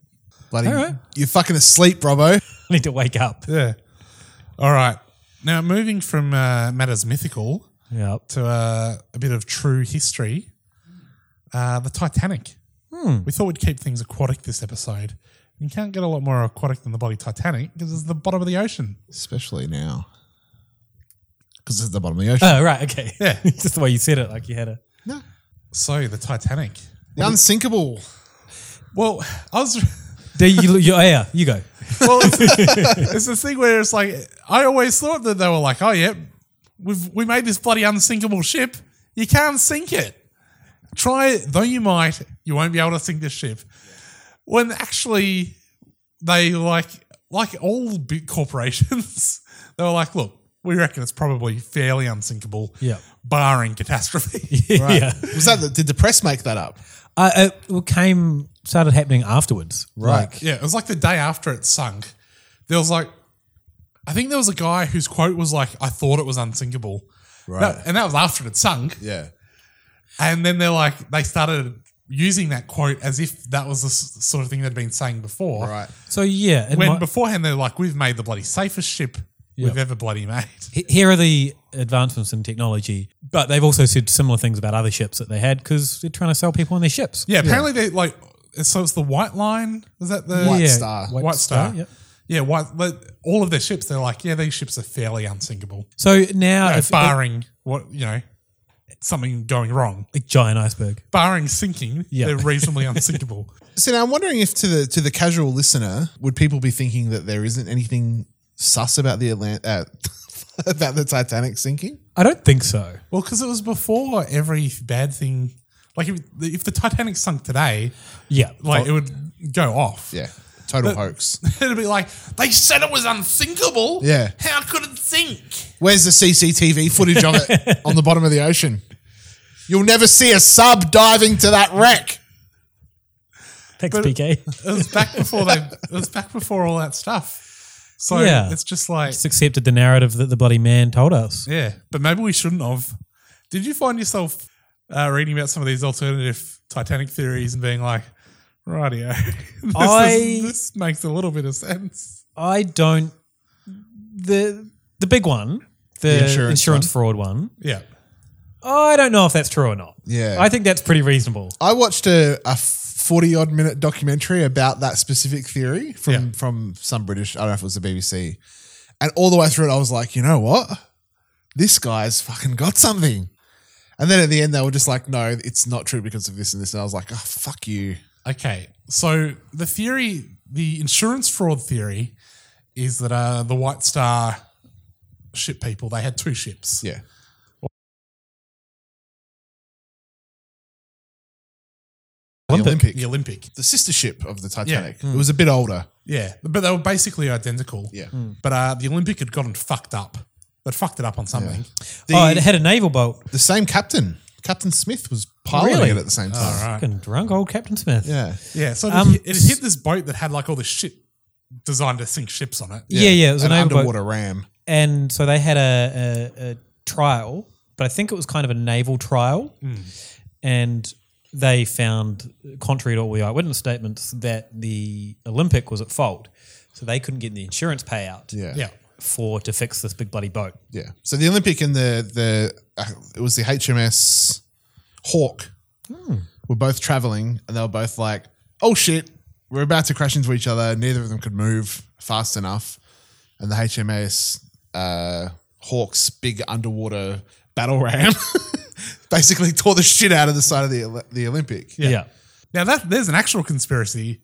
[SPEAKER 5] Bloody,
[SPEAKER 3] All right.
[SPEAKER 5] you're fucking asleep, Robbo.
[SPEAKER 3] I need to wake up.
[SPEAKER 4] Yeah. All right. Now, moving from uh, matters mythical
[SPEAKER 3] Yep.
[SPEAKER 4] to uh, a bit of true history, uh, the Titanic.
[SPEAKER 3] Hmm.
[SPEAKER 4] We thought we'd keep things aquatic this episode. You can't get a lot more aquatic than the bloody Titanic because it's the bottom of the ocean.
[SPEAKER 5] Especially now. Because it's at the bottom of the ocean.
[SPEAKER 3] Oh right, okay.
[SPEAKER 4] Yeah.
[SPEAKER 3] just the way you said it, like you had a
[SPEAKER 4] So, the Titanic.
[SPEAKER 5] The unsinkable.
[SPEAKER 4] Well, I was.
[SPEAKER 3] Do you, you, oh, yeah, you go.
[SPEAKER 4] Well, it's, it's this thing where it's like I always thought that they were like, oh yeah, we've we made this bloody unsinkable ship. You can't sink it. Try it, though you might, you won't be able to sink this ship. When actually, they like like all big corporations, they were like, look, we reckon it's probably fairly unsinkable,
[SPEAKER 3] Yeah.
[SPEAKER 4] barring catastrophe.
[SPEAKER 3] Yeah.
[SPEAKER 5] Was that the, did the press make that up?
[SPEAKER 3] Uh, it came started happening afterwards. Like,
[SPEAKER 4] yeah, it was like the day after it sunk. There was like, I think there was a guy whose quote was like, "I thought it was unsinkable,"
[SPEAKER 5] Right.
[SPEAKER 4] That- and that was after it had sunk.
[SPEAKER 5] Yeah.
[SPEAKER 4] And then they're like, they started using that quote as if that was the s- sort of thing they'd been saying before.
[SPEAKER 5] Right.
[SPEAKER 3] So yeah, it
[SPEAKER 4] when
[SPEAKER 3] might-
[SPEAKER 4] beforehand they're like, "We've made the bloody safest ship we've ever bloody made."
[SPEAKER 3] he- here are the advancements in technology, but they've also said similar things about other ships that they had because they're trying to sell people on their ships.
[SPEAKER 4] Yeah, apparently they like. So it's the White Line. Is that the
[SPEAKER 3] White Yeah. Star.
[SPEAKER 4] White,
[SPEAKER 3] White
[SPEAKER 4] Star.
[SPEAKER 3] Star, yeah.
[SPEAKER 4] Yeah, white, like, all of their ships. They're like, yeah, these ships are fairly unsinkable.
[SPEAKER 3] So now,
[SPEAKER 4] You know,
[SPEAKER 3] Uh, if-
[SPEAKER 4] barring what you know, something going wrong,
[SPEAKER 3] a giant iceberg.
[SPEAKER 4] barring sinking,
[SPEAKER 3] Yeah.
[SPEAKER 4] they're reasonably unsinkable.
[SPEAKER 5] So now I'm wondering if to the to the casual listener, would people be thinking that there isn't anything sus about the Atlant- uh, about the Titanic sinking?
[SPEAKER 3] I don't think so.
[SPEAKER 4] Well, because it was before every bad thing. Like if, if the Titanic sunk today,
[SPEAKER 3] Yeah,
[SPEAKER 4] like
[SPEAKER 3] Well,
[SPEAKER 4] it would go off.
[SPEAKER 5] Yeah. Total
[SPEAKER 4] But-
[SPEAKER 5] hoax.
[SPEAKER 4] It'd be like they said it was unsinkable.
[SPEAKER 5] Yeah.
[SPEAKER 4] how could it sink?
[SPEAKER 5] Where's the CCTV footage of it on the bottom of the ocean? You'll never see a sub diving to that wreck.
[SPEAKER 3] thanks,
[SPEAKER 4] but-
[SPEAKER 3] PK.
[SPEAKER 4] It was back before they. It was back before all that stuff. So
[SPEAKER 3] yeah,
[SPEAKER 4] it's just like
[SPEAKER 3] just accepted the narrative that the bloody man told us.
[SPEAKER 4] Yeah, but maybe we shouldn't have. Did you find yourself uh, reading about some of these alternative Titanic theories and being like, "Rightio, this,
[SPEAKER 3] I-
[SPEAKER 4] is, this makes a little bit of sense."
[SPEAKER 3] I don't the the big one, the,
[SPEAKER 4] The
[SPEAKER 3] insurance,
[SPEAKER 4] insurance one?
[SPEAKER 3] fraud one.
[SPEAKER 4] Yeah,
[SPEAKER 3] I don't know if that's true or not.
[SPEAKER 5] Yeah.
[SPEAKER 3] I think that's pretty reasonable.
[SPEAKER 5] I watched a, a 40 odd minute documentary about that specific theory from, from some British, I don't know if it was the BBC. And all the way through it, I was like, you know what? This guy's fucking got something. And then at the end, they were just like, no, it's not true because of this and this. And I was like, oh, fuck you.
[SPEAKER 4] Okay, so the theory, the insurance fraud theory, is that uh, the White Star ship people they had two ships.
[SPEAKER 5] Yeah. The
[SPEAKER 4] Olympic.
[SPEAKER 5] Olympic.
[SPEAKER 4] The Olympic.
[SPEAKER 5] The sister ship of the
[SPEAKER 4] Yeah.
[SPEAKER 5] Titanic. It was a bit older.
[SPEAKER 4] Yeah, but they were basically identical.
[SPEAKER 5] Yeah.
[SPEAKER 3] Mm.
[SPEAKER 4] But uh, the Olympic had gotten fucked up. They'd fucked it up on something.
[SPEAKER 3] oh, it had a naval boat.
[SPEAKER 5] The same captain, Captain Smith, was piloting
[SPEAKER 3] Really?
[SPEAKER 5] it at the same time.
[SPEAKER 4] All right.
[SPEAKER 3] Fucking drunk old Captain Smith.
[SPEAKER 5] Yeah.
[SPEAKER 4] Yeah, so it,
[SPEAKER 3] Um,
[SPEAKER 4] hit, it hit this boat that had like all this shit designed to sink ships on it.
[SPEAKER 3] Yeah, yeah, it was an, naval boat.
[SPEAKER 5] ram.
[SPEAKER 3] And so they had a, a, a trial, but I think it was kind of a naval trial.
[SPEAKER 4] Mm.
[SPEAKER 3] And they found, contrary to all the eyewitness statements, that the Olympic was at fault. So they couldn't get the insurance payout
[SPEAKER 5] Yeah. Yeah.
[SPEAKER 3] for to fix this big bloody boat.
[SPEAKER 5] Yeah. So the Olympic and the the uh, it was the HMS Hawk
[SPEAKER 3] Hmm.
[SPEAKER 5] were both traveling, and they were both like, "Oh shit, we're about to crash into each other." Neither of them could move fast enough, and the HMS uh, Hawk's big underwater battle ram basically tore the shit out of the side of the Oli- the Olympic.
[SPEAKER 4] Now that there's an actual conspiracy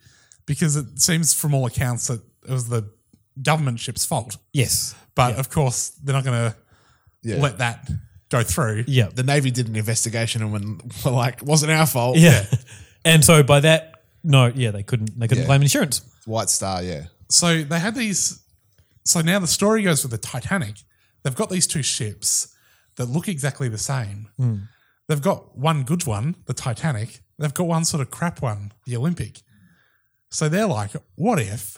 [SPEAKER 4] because it seems from all accounts that it was the government ship's fault.
[SPEAKER 3] Yes.
[SPEAKER 4] But of course they're not going to
[SPEAKER 5] Yeah.
[SPEAKER 4] let that go through.
[SPEAKER 3] Yeah.
[SPEAKER 5] The Navy did an investigation and when were like, wasn't our fault.
[SPEAKER 3] Yeah. and so by that note, yeah, they couldn't they couldn't
[SPEAKER 5] Yeah.
[SPEAKER 3] claim insurance.
[SPEAKER 5] White Star, yeah.
[SPEAKER 4] So they had these. So now the story goes with the Titanic. They've got these two ships that look exactly the same.
[SPEAKER 3] Mm.
[SPEAKER 4] They've got one good one, the Titanic. They've got one sort of crap one, the Olympic. So they're like, what if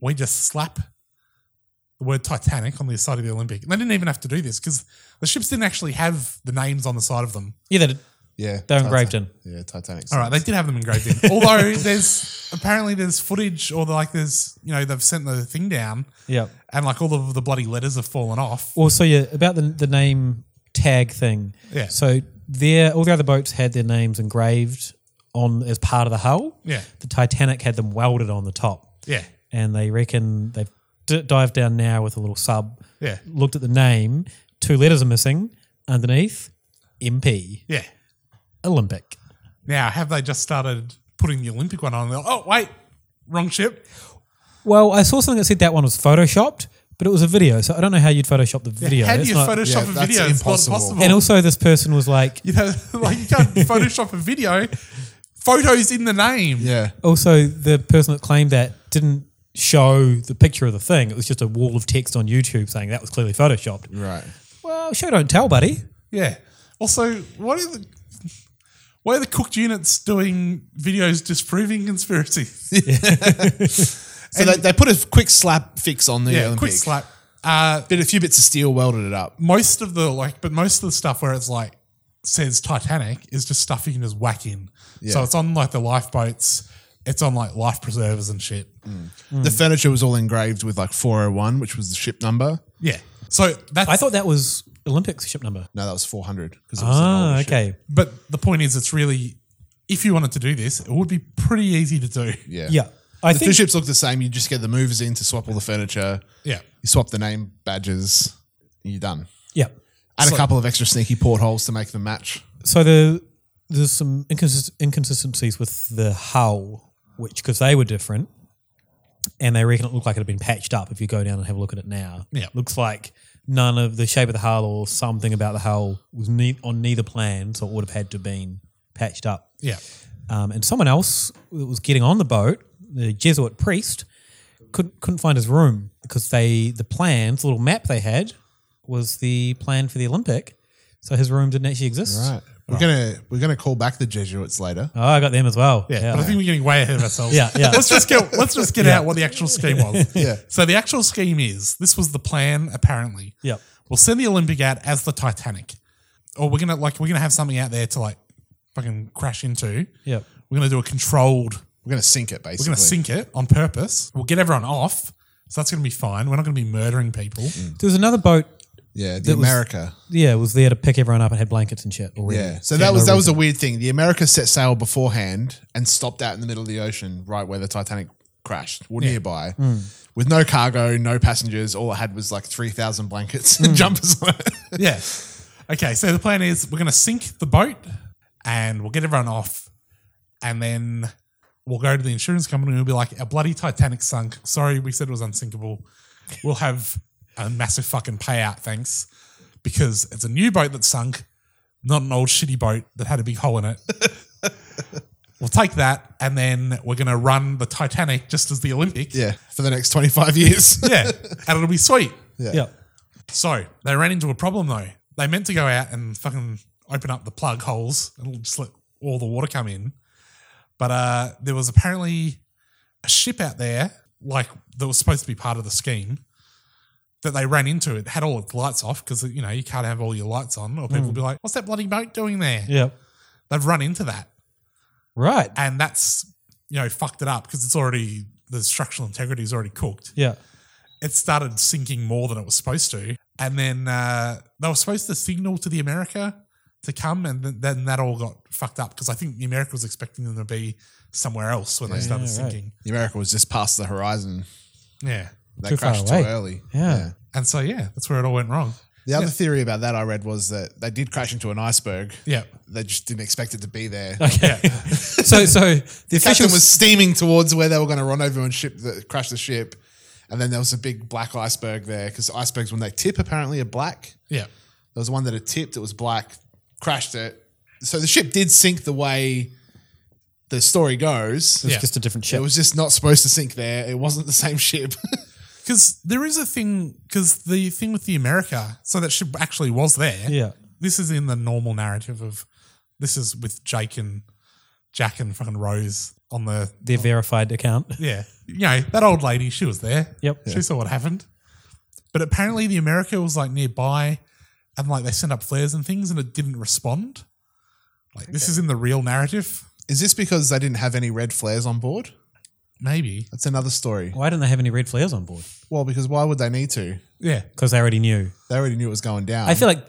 [SPEAKER 4] we just slap the word Titanic on the side of the Olympic? And they didn't even have to do this because the ships didn't actually have the names on the side of them.
[SPEAKER 3] Yeah, they did.
[SPEAKER 5] Yeah.
[SPEAKER 3] They're engraved
[SPEAKER 5] Titan-
[SPEAKER 3] in.
[SPEAKER 5] Yeah, Titanic.
[SPEAKER 4] All right, they did have them engraved in. Although there's apparently there's footage or like there's you know they've sent the thing down.
[SPEAKER 3] Yeah.
[SPEAKER 4] and like all of the bloody letters have fallen off.
[SPEAKER 3] Also, yeah, about the, the name tag thing.
[SPEAKER 4] Yeah.
[SPEAKER 3] So their all the other boats had their names engraved on as part of the hull.
[SPEAKER 4] Yeah.
[SPEAKER 3] The Titanic had them welded on the top.
[SPEAKER 4] Yeah.
[SPEAKER 3] And they reckon they've d- dived down now with a little sub.
[SPEAKER 4] Yeah.
[SPEAKER 3] Looked at the name. Two letters are missing underneath. MP.
[SPEAKER 4] Yeah.
[SPEAKER 3] Olympic.
[SPEAKER 4] Now have they just started putting the Olympic one on? They're like, oh wait, wrong ship.
[SPEAKER 3] Well, I saw something that said that one was photoshopped, but it was a video, so I don't know how you'd photoshop the video.
[SPEAKER 4] How do
[SPEAKER 3] That's
[SPEAKER 4] you
[SPEAKER 3] not-
[SPEAKER 4] Photoshop a video? It's not possible.
[SPEAKER 3] And also, this person was like,
[SPEAKER 4] you know, like you can't Photoshop a video. Photos in the name.
[SPEAKER 5] Yeah.
[SPEAKER 3] also the person that claimed that didn't show the picture of the thing. It was just a wall of text on YouTube saying that was clearly photoshopped.
[SPEAKER 5] Right.
[SPEAKER 3] Well, show don't tell, buddy.
[SPEAKER 4] Yeah. Also, what are the why are the cooked units doing videos disproving conspiracies?
[SPEAKER 5] So they, they put a quick slap fix on the
[SPEAKER 4] yeah,
[SPEAKER 5] Olympic.
[SPEAKER 4] quick slap. Uh,
[SPEAKER 5] Did a few bits of steel, welded it up.
[SPEAKER 4] most of the like, but most of the stuff where it's like says Titanic is just stuff you can just whack in. So
[SPEAKER 5] Yeah.
[SPEAKER 4] it's on like the lifeboats. It's on like life preservers and shit.
[SPEAKER 5] Mm. The furniture was all engraved with like 401, which was the ship number.
[SPEAKER 4] Yeah. So that's
[SPEAKER 3] I thought that was Olympics ship number.
[SPEAKER 5] No, that was 400. 'cause it was an
[SPEAKER 3] Ah,
[SPEAKER 5] older ship.
[SPEAKER 3] okay.
[SPEAKER 4] But the point is, it's really if you wanted to do this, it would be pretty easy to do.
[SPEAKER 5] Yeah.
[SPEAKER 3] Yeah. I
[SPEAKER 5] the two
[SPEAKER 3] think-
[SPEAKER 5] ships look the same. You just get the movers in to swap all the furniture.
[SPEAKER 4] Yeah.
[SPEAKER 5] You swap the name badges. and You're done.
[SPEAKER 3] Yeah.
[SPEAKER 5] Add
[SPEAKER 3] So-
[SPEAKER 5] a couple of extra sneaky portholes to make them match.
[SPEAKER 3] So the there's some inconsist- inconsistencies with the hull, which because they were different, and they reckon it looked like it had been patched up. If you go down and have a look at it now,
[SPEAKER 4] Yeah.
[SPEAKER 3] looks like none of the shape of the hull or something about the hull was ne- on neither plan, so it would have had to have been patched up.
[SPEAKER 4] Yeah.
[SPEAKER 3] Um, and someone else that was getting on the boat, the Jesuit priest, couldn't couldn't find his room because they the plans, the little map they had, was the plan for the Olympic, so his room didn't actually exist.
[SPEAKER 5] Right. We're gonna we're gonna call back the Jesuits later.
[SPEAKER 3] Oh, I got them as well.
[SPEAKER 4] Yeah, but I think we're getting way ahead of ourselves.
[SPEAKER 3] Yeah, yeah.
[SPEAKER 4] Let's just get let's just get
[SPEAKER 3] Yeah.
[SPEAKER 4] out what the actual scheme was.
[SPEAKER 5] Yeah.
[SPEAKER 4] So the actual scheme is this was the plan apparently.
[SPEAKER 3] Yep.
[SPEAKER 4] We'll send the Olympic out as the Titanic, or we're gonna like we're gonna have something out there to like fucking crash into.
[SPEAKER 3] Yep.
[SPEAKER 4] We're gonna do a controlled.
[SPEAKER 5] We're gonna sink it basically.
[SPEAKER 4] We're gonna sink it on purpose. We'll get everyone off, so that's gonna be fine. We're not gonna be murdering people.
[SPEAKER 3] There was another boat.
[SPEAKER 5] Yeah, the
[SPEAKER 3] that was-
[SPEAKER 5] Mm. America.
[SPEAKER 3] yeah, was there to pick everyone up and had blankets and shit already.
[SPEAKER 5] Yeah. So that was
[SPEAKER 3] no
[SPEAKER 5] that was a
[SPEAKER 3] reason.
[SPEAKER 5] weird thing. The America set sail beforehand and stopped out in the middle of the ocean, right where the Titanic crashed, or nearby,
[SPEAKER 3] Mm.
[SPEAKER 5] with no cargo, no passengers. All it had was like three thousand blankets
[SPEAKER 3] Hmm.
[SPEAKER 5] and jumpers on it.
[SPEAKER 4] Yeah. Okay, so the plan is we're going to sink the boat and we'll get everyone off. And then we'll go to the insurance company and we'll be like, our bloody Titanic sunk. Sorry, we said it was unsinkable. We'll have a massive fucking payout, thanks. Because it's a new boat that sunk, not an old shitty boat that had a big hole in it. We'll take that, and then we're going to run the Titanic just as the Olympics.
[SPEAKER 5] Yeah, for the next 25 years.
[SPEAKER 4] yeah, and it'll be sweet.
[SPEAKER 5] Yeah. Yeah.
[SPEAKER 4] So they ran into a problem though. They meant to go out and fucking open up the plug holes and it'll just let all the water come in, but uh, there was apparently a ship out there, like that was supposed to be part of the scheme, that they ran into. It had all its lights off because you know you can't have all your lights on, or people
[SPEAKER 3] Mm.
[SPEAKER 4] will be like, "What's that bloody boat doing there?"
[SPEAKER 3] Yep.
[SPEAKER 4] They've run into that.
[SPEAKER 3] Right.
[SPEAKER 4] And that's, you know, fucked it up because it's already, the structural integrity is already cooked.
[SPEAKER 3] Yeah.
[SPEAKER 4] It started sinking more than it was supposed to. And then uh, they were supposed to signal to the America to come. And th- then that all got fucked up because I think the America was expecting them to be somewhere else when they started sinking.
[SPEAKER 5] The America was just past the horizon.
[SPEAKER 4] Yeah.
[SPEAKER 5] They crashed too early.
[SPEAKER 4] And so, yeah, that's where it all went wrong.
[SPEAKER 5] The other theory about that I read was that they did crash into an iceberg.
[SPEAKER 4] Yeah.
[SPEAKER 5] They just didn't expect it to be there.
[SPEAKER 3] Okay. So- so the
[SPEAKER 5] the captain
[SPEAKER 3] officials-
[SPEAKER 5] was steaming towards where they were going to run over and ship the, crash the ship. And then there was a big black iceberg there because icebergs, when they tip, apparently are black.
[SPEAKER 4] Yeah.
[SPEAKER 5] There was one that had tipped, it was black, crashed it. So the ship did sink the way the story goes.
[SPEAKER 3] It was Yeah. just a different ship.
[SPEAKER 5] It was just not supposed to sink there. It wasn't the same ship.
[SPEAKER 4] Because there is a thing, because the thing with the America, so that ship actually was there.
[SPEAKER 3] Yeah.
[SPEAKER 4] This is in the normal narrative of, this is with Jake and Jack and fucking Rose on the,
[SPEAKER 3] Their verified account.
[SPEAKER 4] yeah. You know, that old lady, she was there.
[SPEAKER 3] Yep.
[SPEAKER 4] She
[SPEAKER 3] Yeah.
[SPEAKER 4] saw what happened. But apparently the America was like nearby and like they sent up flares and things and it didn't respond. Like this is in the real narrative.
[SPEAKER 5] Is this because they didn't have any red flares on board?
[SPEAKER 4] Maybe.
[SPEAKER 5] That's another story.
[SPEAKER 3] Why didn't they have any red flares on board?
[SPEAKER 5] Well, because why would they need to?
[SPEAKER 4] Yeah.
[SPEAKER 3] Because they already knew.
[SPEAKER 5] They already knew it was going down.
[SPEAKER 3] I feel like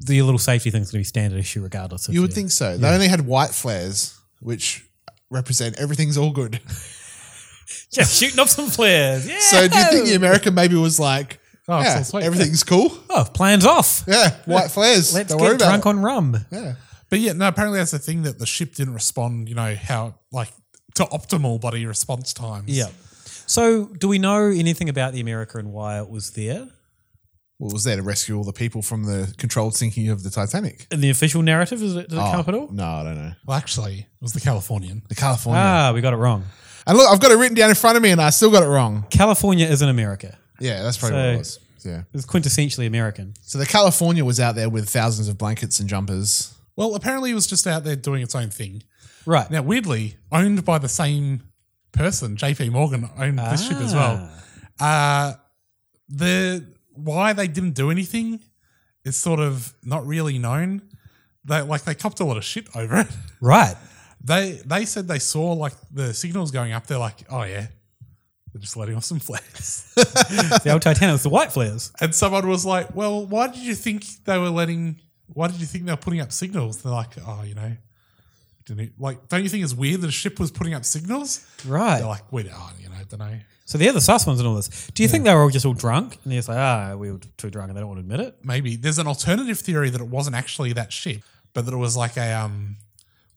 [SPEAKER 3] the little safety thing's going to be standard issue regardless. Of
[SPEAKER 5] you would think so. They
[SPEAKER 3] Yeah.
[SPEAKER 5] only had white flares, which represent everything's all good.
[SPEAKER 3] Just shooting off some flares. Yeah.
[SPEAKER 5] So do you think the American maybe was like,
[SPEAKER 3] Oh,
[SPEAKER 5] yeah,
[SPEAKER 3] so sweet.
[SPEAKER 5] everything's cool?
[SPEAKER 3] Oh, plans off.
[SPEAKER 5] Yeah, white flares.
[SPEAKER 3] Let's
[SPEAKER 5] Don't
[SPEAKER 3] get
[SPEAKER 5] worry about
[SPEAKER 3] drunk
[SPEAKER 5] it.
[SPEAKER 3] on rum.
[SPEAKER 5] Yeah.
[SPEAKER 4] But yeah, no, apparently that's the thing that the ship didn't respond, you know, how like to optimal body response times.
[SPEAKER 3] Yeah. So, do we know anything about the America and why it was there?
[SPEAKER 5] What was there to rescue all the people from the controlled sinking of the Titanic?
[SPEAKER 3] In the official narrative, is it, does it
[SPEAKER 5] Oh,
[SPEAKER 3] come up at all?
[SPEAKER 5] No, I don't know.
[SPEAKER 4] Well, actually, it was the Californian.
[SPEAKER 5] The California.
[SPEAKER 3] Ah, we got it wrong.
[SPEAKER 5] And look, I've got it written down in front of me and I still got it wrong.
[SPEAKER 3] California is in America.
[SPEAKER 5] Yeah, that's probably what it was. Yeah.
[SPEAKER 3] It's quintessentially American.
[SPEAKER 5] So the California was out there with thousands of blankets and jumpers.
[SPEAKER 4] Well, apparently it was just out there doing its own thing.
[SPEAKER 3] Right.
[SPEAKER 4] Now, weirdly, owned by the same person, JP Morgan owned this ship as
[SPEAKER 5] Ah.
[SPEAKER 4] well.
[SPEAKER 3] Ah,
[SPEAKER 4] Uh, the why they didn't do anything is sort of not really known. They like they copped a lot of shit over it.
[SPEAKER 3] Right.
[SPEAKER 4] They they said they saw like the signals going up. They're like, oh yeah, they're just letting off some flares.
[SPEAKER 3] the old Titanic was the white flares.
[SPEAKER 4] And someone was like, "Well, why did you think they were letting? Why did you think they were putting up signals?" They're like, "Oh, you know, didn't it, like don't you think it's weird that a ship was putting up signals?"
[SPEAKER 3] Right.
[SPEAKER 4] They're like, "Wait, oh, you know, I don't know.
[SPEAKER 3] So they're the sus ones in all this. Do you think they were all just all drunk? And they're just like, ah, we were too drunk and they don't want to admit it?
[SPEAKER 4] Maybe there's an alternative theory that it wasn't actually that ship, but that it was like a um."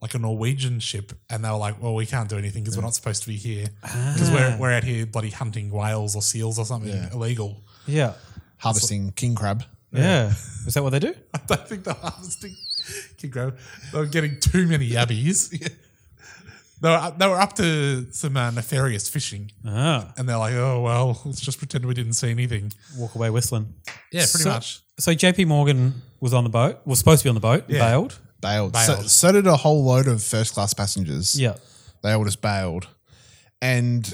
[SPEAKER 4] Like a Norwegian ship, and they were like, "Well, we can't do anything because we're not supposed to be here because we're,
[SPEAKER 3] Ah.
[SPEAKER 4] we're out here bloody hunting whales or seals or something
[SPEAKER 5] Yeah.
[SPEAKER 4] illegal."
[SPEAKER 3] Yeah.
[SPEAKER 5] Harvesting king crab.
[SPEAKER 3] Yeah. Is that what they do?
[SPEAKER 4] I don't think the harvesting kid grab. They were getting too many yabbies. They were, up, they were up to some uh, nefarious fishing,
[SPEAKER 5] Uh-huh.
[SPEAKER 3] Ah.
[SPEAKER 4] and they're like, "Oh well, let's just pretend we didn't see anything."
[SPEAKER 3] Walk away whistling.
[SPEAKER 4] Yeah, pretty
[SPEAKER 3] So-
[SPEAKER 4] much.
[SPEAKER 3] So JP Morgan was on the boat, was supposed to be on the boat,
[SPEAKER 5] Yeah.
[SPEAKER 3] bailed.
[SPEAKER 5] Bailed. So, so did a whole load of first class passengers.
[SPEAKER 3] Yeah.
[SPEAKER 5] They all just bailed. And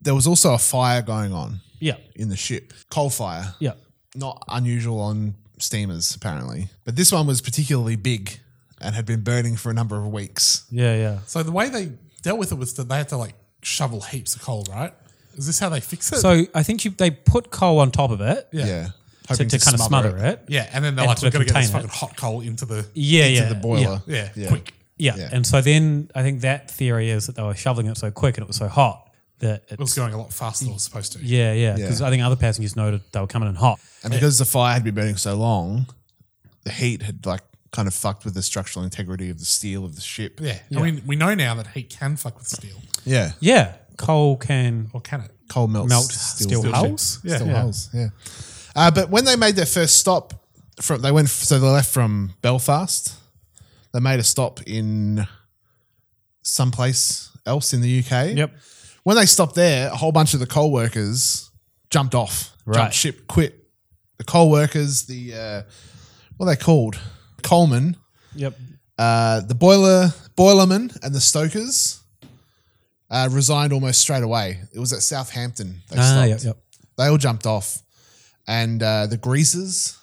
[SPEAKER 5] there was also a fire going on.
[SPEAKER 3] Yeah.
[SPEAKER 5] In the ship. Coal fire.
[SPEAKER 3] Yeah.
[SPEAKER 5] Not unusual on steamers, apparently. But this one was particularly big and had been burning for a number of weeks.
[SPEAKER 3] Yeah, yeah.
[SPEAKER 4] So the way they dealt with it was that they had to like shovel heaps of coal. Right? Is this how they fix it?
[SPEAKER 3] So I think you, they put coal on top of it.
[SPEAKER 4] Yeah. Yeah.
[SPEAKER 3] To, to, kind of smother it.
[SPEAKER 4] Yeah, and then they're like,
[SPEAKER 3] to
[SPEAKER 4] "We've got to get this fucking
[SPEAKER 3] contain it.
[SPEAKER 4] hot coal into the
[SPEAKER 3] yeah,
[SPEAKER 4] into
[SPEAKER 3] yeah,
[SPEAKER 4] the boiler."
[SPEAKER 3] yeah.
[SPEAKER 4] Yeah, quick.
[SPEAKER 3] Yeah. and so then I think that theory is that they were shoveling it so quick and it was so hot that it,
[SPEAKER 4] It was going a lot faster than it was supposed to.
[SPEAKER 3] yeah, yeah, because I think other passengers noted they were coming in hot.
[SPEAKER 5] And because the fire had been burning so long, the heat had like kind of fucked with the structural integrity of the steel of the ship.
[SPEAKER 4] Yeah, I mean, we know now that heat can fuck with steel.
[SPEAKER 5] Yeah.
[SPEAKER 3] yeah, coal can
[SPEAKER 4] or can it
[SPEAKER 5] Coal melts
[SPEAKER 3] melt
[SPEAKER 5] steel,
[SPEAKER 3] steel, hulls?
[SPEAKER 5] Yeah. Steel
[SPEAKER 3] Yeah.
[SPEAKER 5] hulls. Yeah. Uh, but when they made their first stop, from they went so they left from Belfast. They made a stop in
[SPEAKER 4] someplace else in the UK. Yep. When they stopped there, a whole bunch of the coal workers jumped off,
[SPEAKER 3] Right.
[SPEAKER 4] jumped ship, quit. The coal workers, the uh, what are they called? Coalmen,
[SPEAKER 3] Yep.
[SPEAKER 4] uh, the boiler boilermen, and the stokers uh, resigned almost straight away. It was at Southampton. They
[SPEAKER 3] Ah,
[SPEAKER 4] stopped.
[SPEAKER 3] yep, yep.
[SPEAKER 4] They all jumped off, and uh, the greasers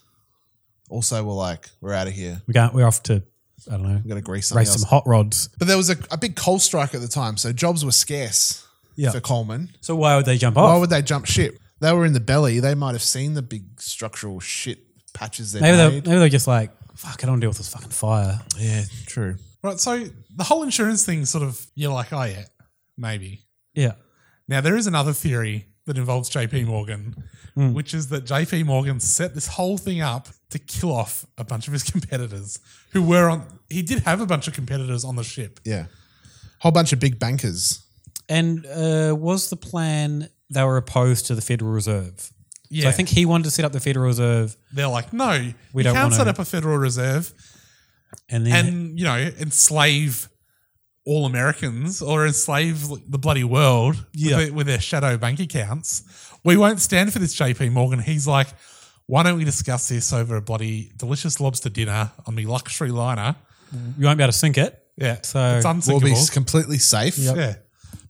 [SPEAKER 4] also were like, "We're out of here."
[SPEAKER 3] We got, we're off to, I don't know,
[SPEAKER 4] We're gonna grease something
[SPEAKER 3] race
[SPEAKER 4] else.
[SPEAKER 3] some hot rods.
[SPEAKER 4] But there was a, a big coal strike at the time, so jobs were scarce
[SPEAKER 3] Yeah. Oh.
[SPEAKER 4] for Coleman.
[SPEAKER 3] So why would they jump
[SPEAKER 4] Why
[SPEAKER 3] off?
[SPEAKER 4] would they jump ship? They were in the belly. They might have seen the big structural shit patches they
[SPEAKER 3] maybe, they,
[SPEAKER 4] made.
[SPEAKER 3] maybe they're just like, fuck, I don't wanna deal with this fucking fire.
[SPEAKER 4] Yeah, true.
[SPEAKER 5] Right, so the whole insurance thing sort of you're like, oh yeah, maybe.
[SPEAKER 3] Yeah.
[SPEAKER 5] Now there is another theory that involves JP Morgan,
[SPEAKER 3] Hmm.
[SPEAKER 5] which is that JP Morgan set this whole thing up to kill off a bunch of his competitors who were on he did have a bunch of competitors on the ship.
[SPEAKER 4] Yeah. Whole bunch of big bankers.
[SPEAKER 3] And uh, was the plan they were opposed to the Federal Reserve? So
[SPEAKER 5] Yeah.
[SPEAKER 3] I think he wanted to set up the Federal Reserve.
[SPEAKER 5] They're like, no,
[SPEAKER 3] We
[SPEAKER 5] we
[SPEAKER 3] don't
[SPEAKER 5] can't
[SPEAKER 3] wanna-
[SPEAKER 5] set up a Federal Reserve
[SPEAKER 3] And then
[SPEAKER 5] and, you know, enslave all Americans or enslave the bloody world
[SPEAKER 3] Yeah.
[SPEAKER 5] with, their, with their shadow bank accounts. We won't stand for this, JP Morgan. He's like, why don't we discuss this over a bloody delicious lobster dinner on the luxury liner?
[SPEAKER 3] you won't be able to sink it.
[SPEAKER 5] Yeah.
[SPEAKER 3] So
[SPEAKER 5] It's
[SPEAKER 4] We'll be
[SPEAKER 5] unsinkable.
[SPEAKER 4] completely safe.
[SPEAKER 5] Yeah.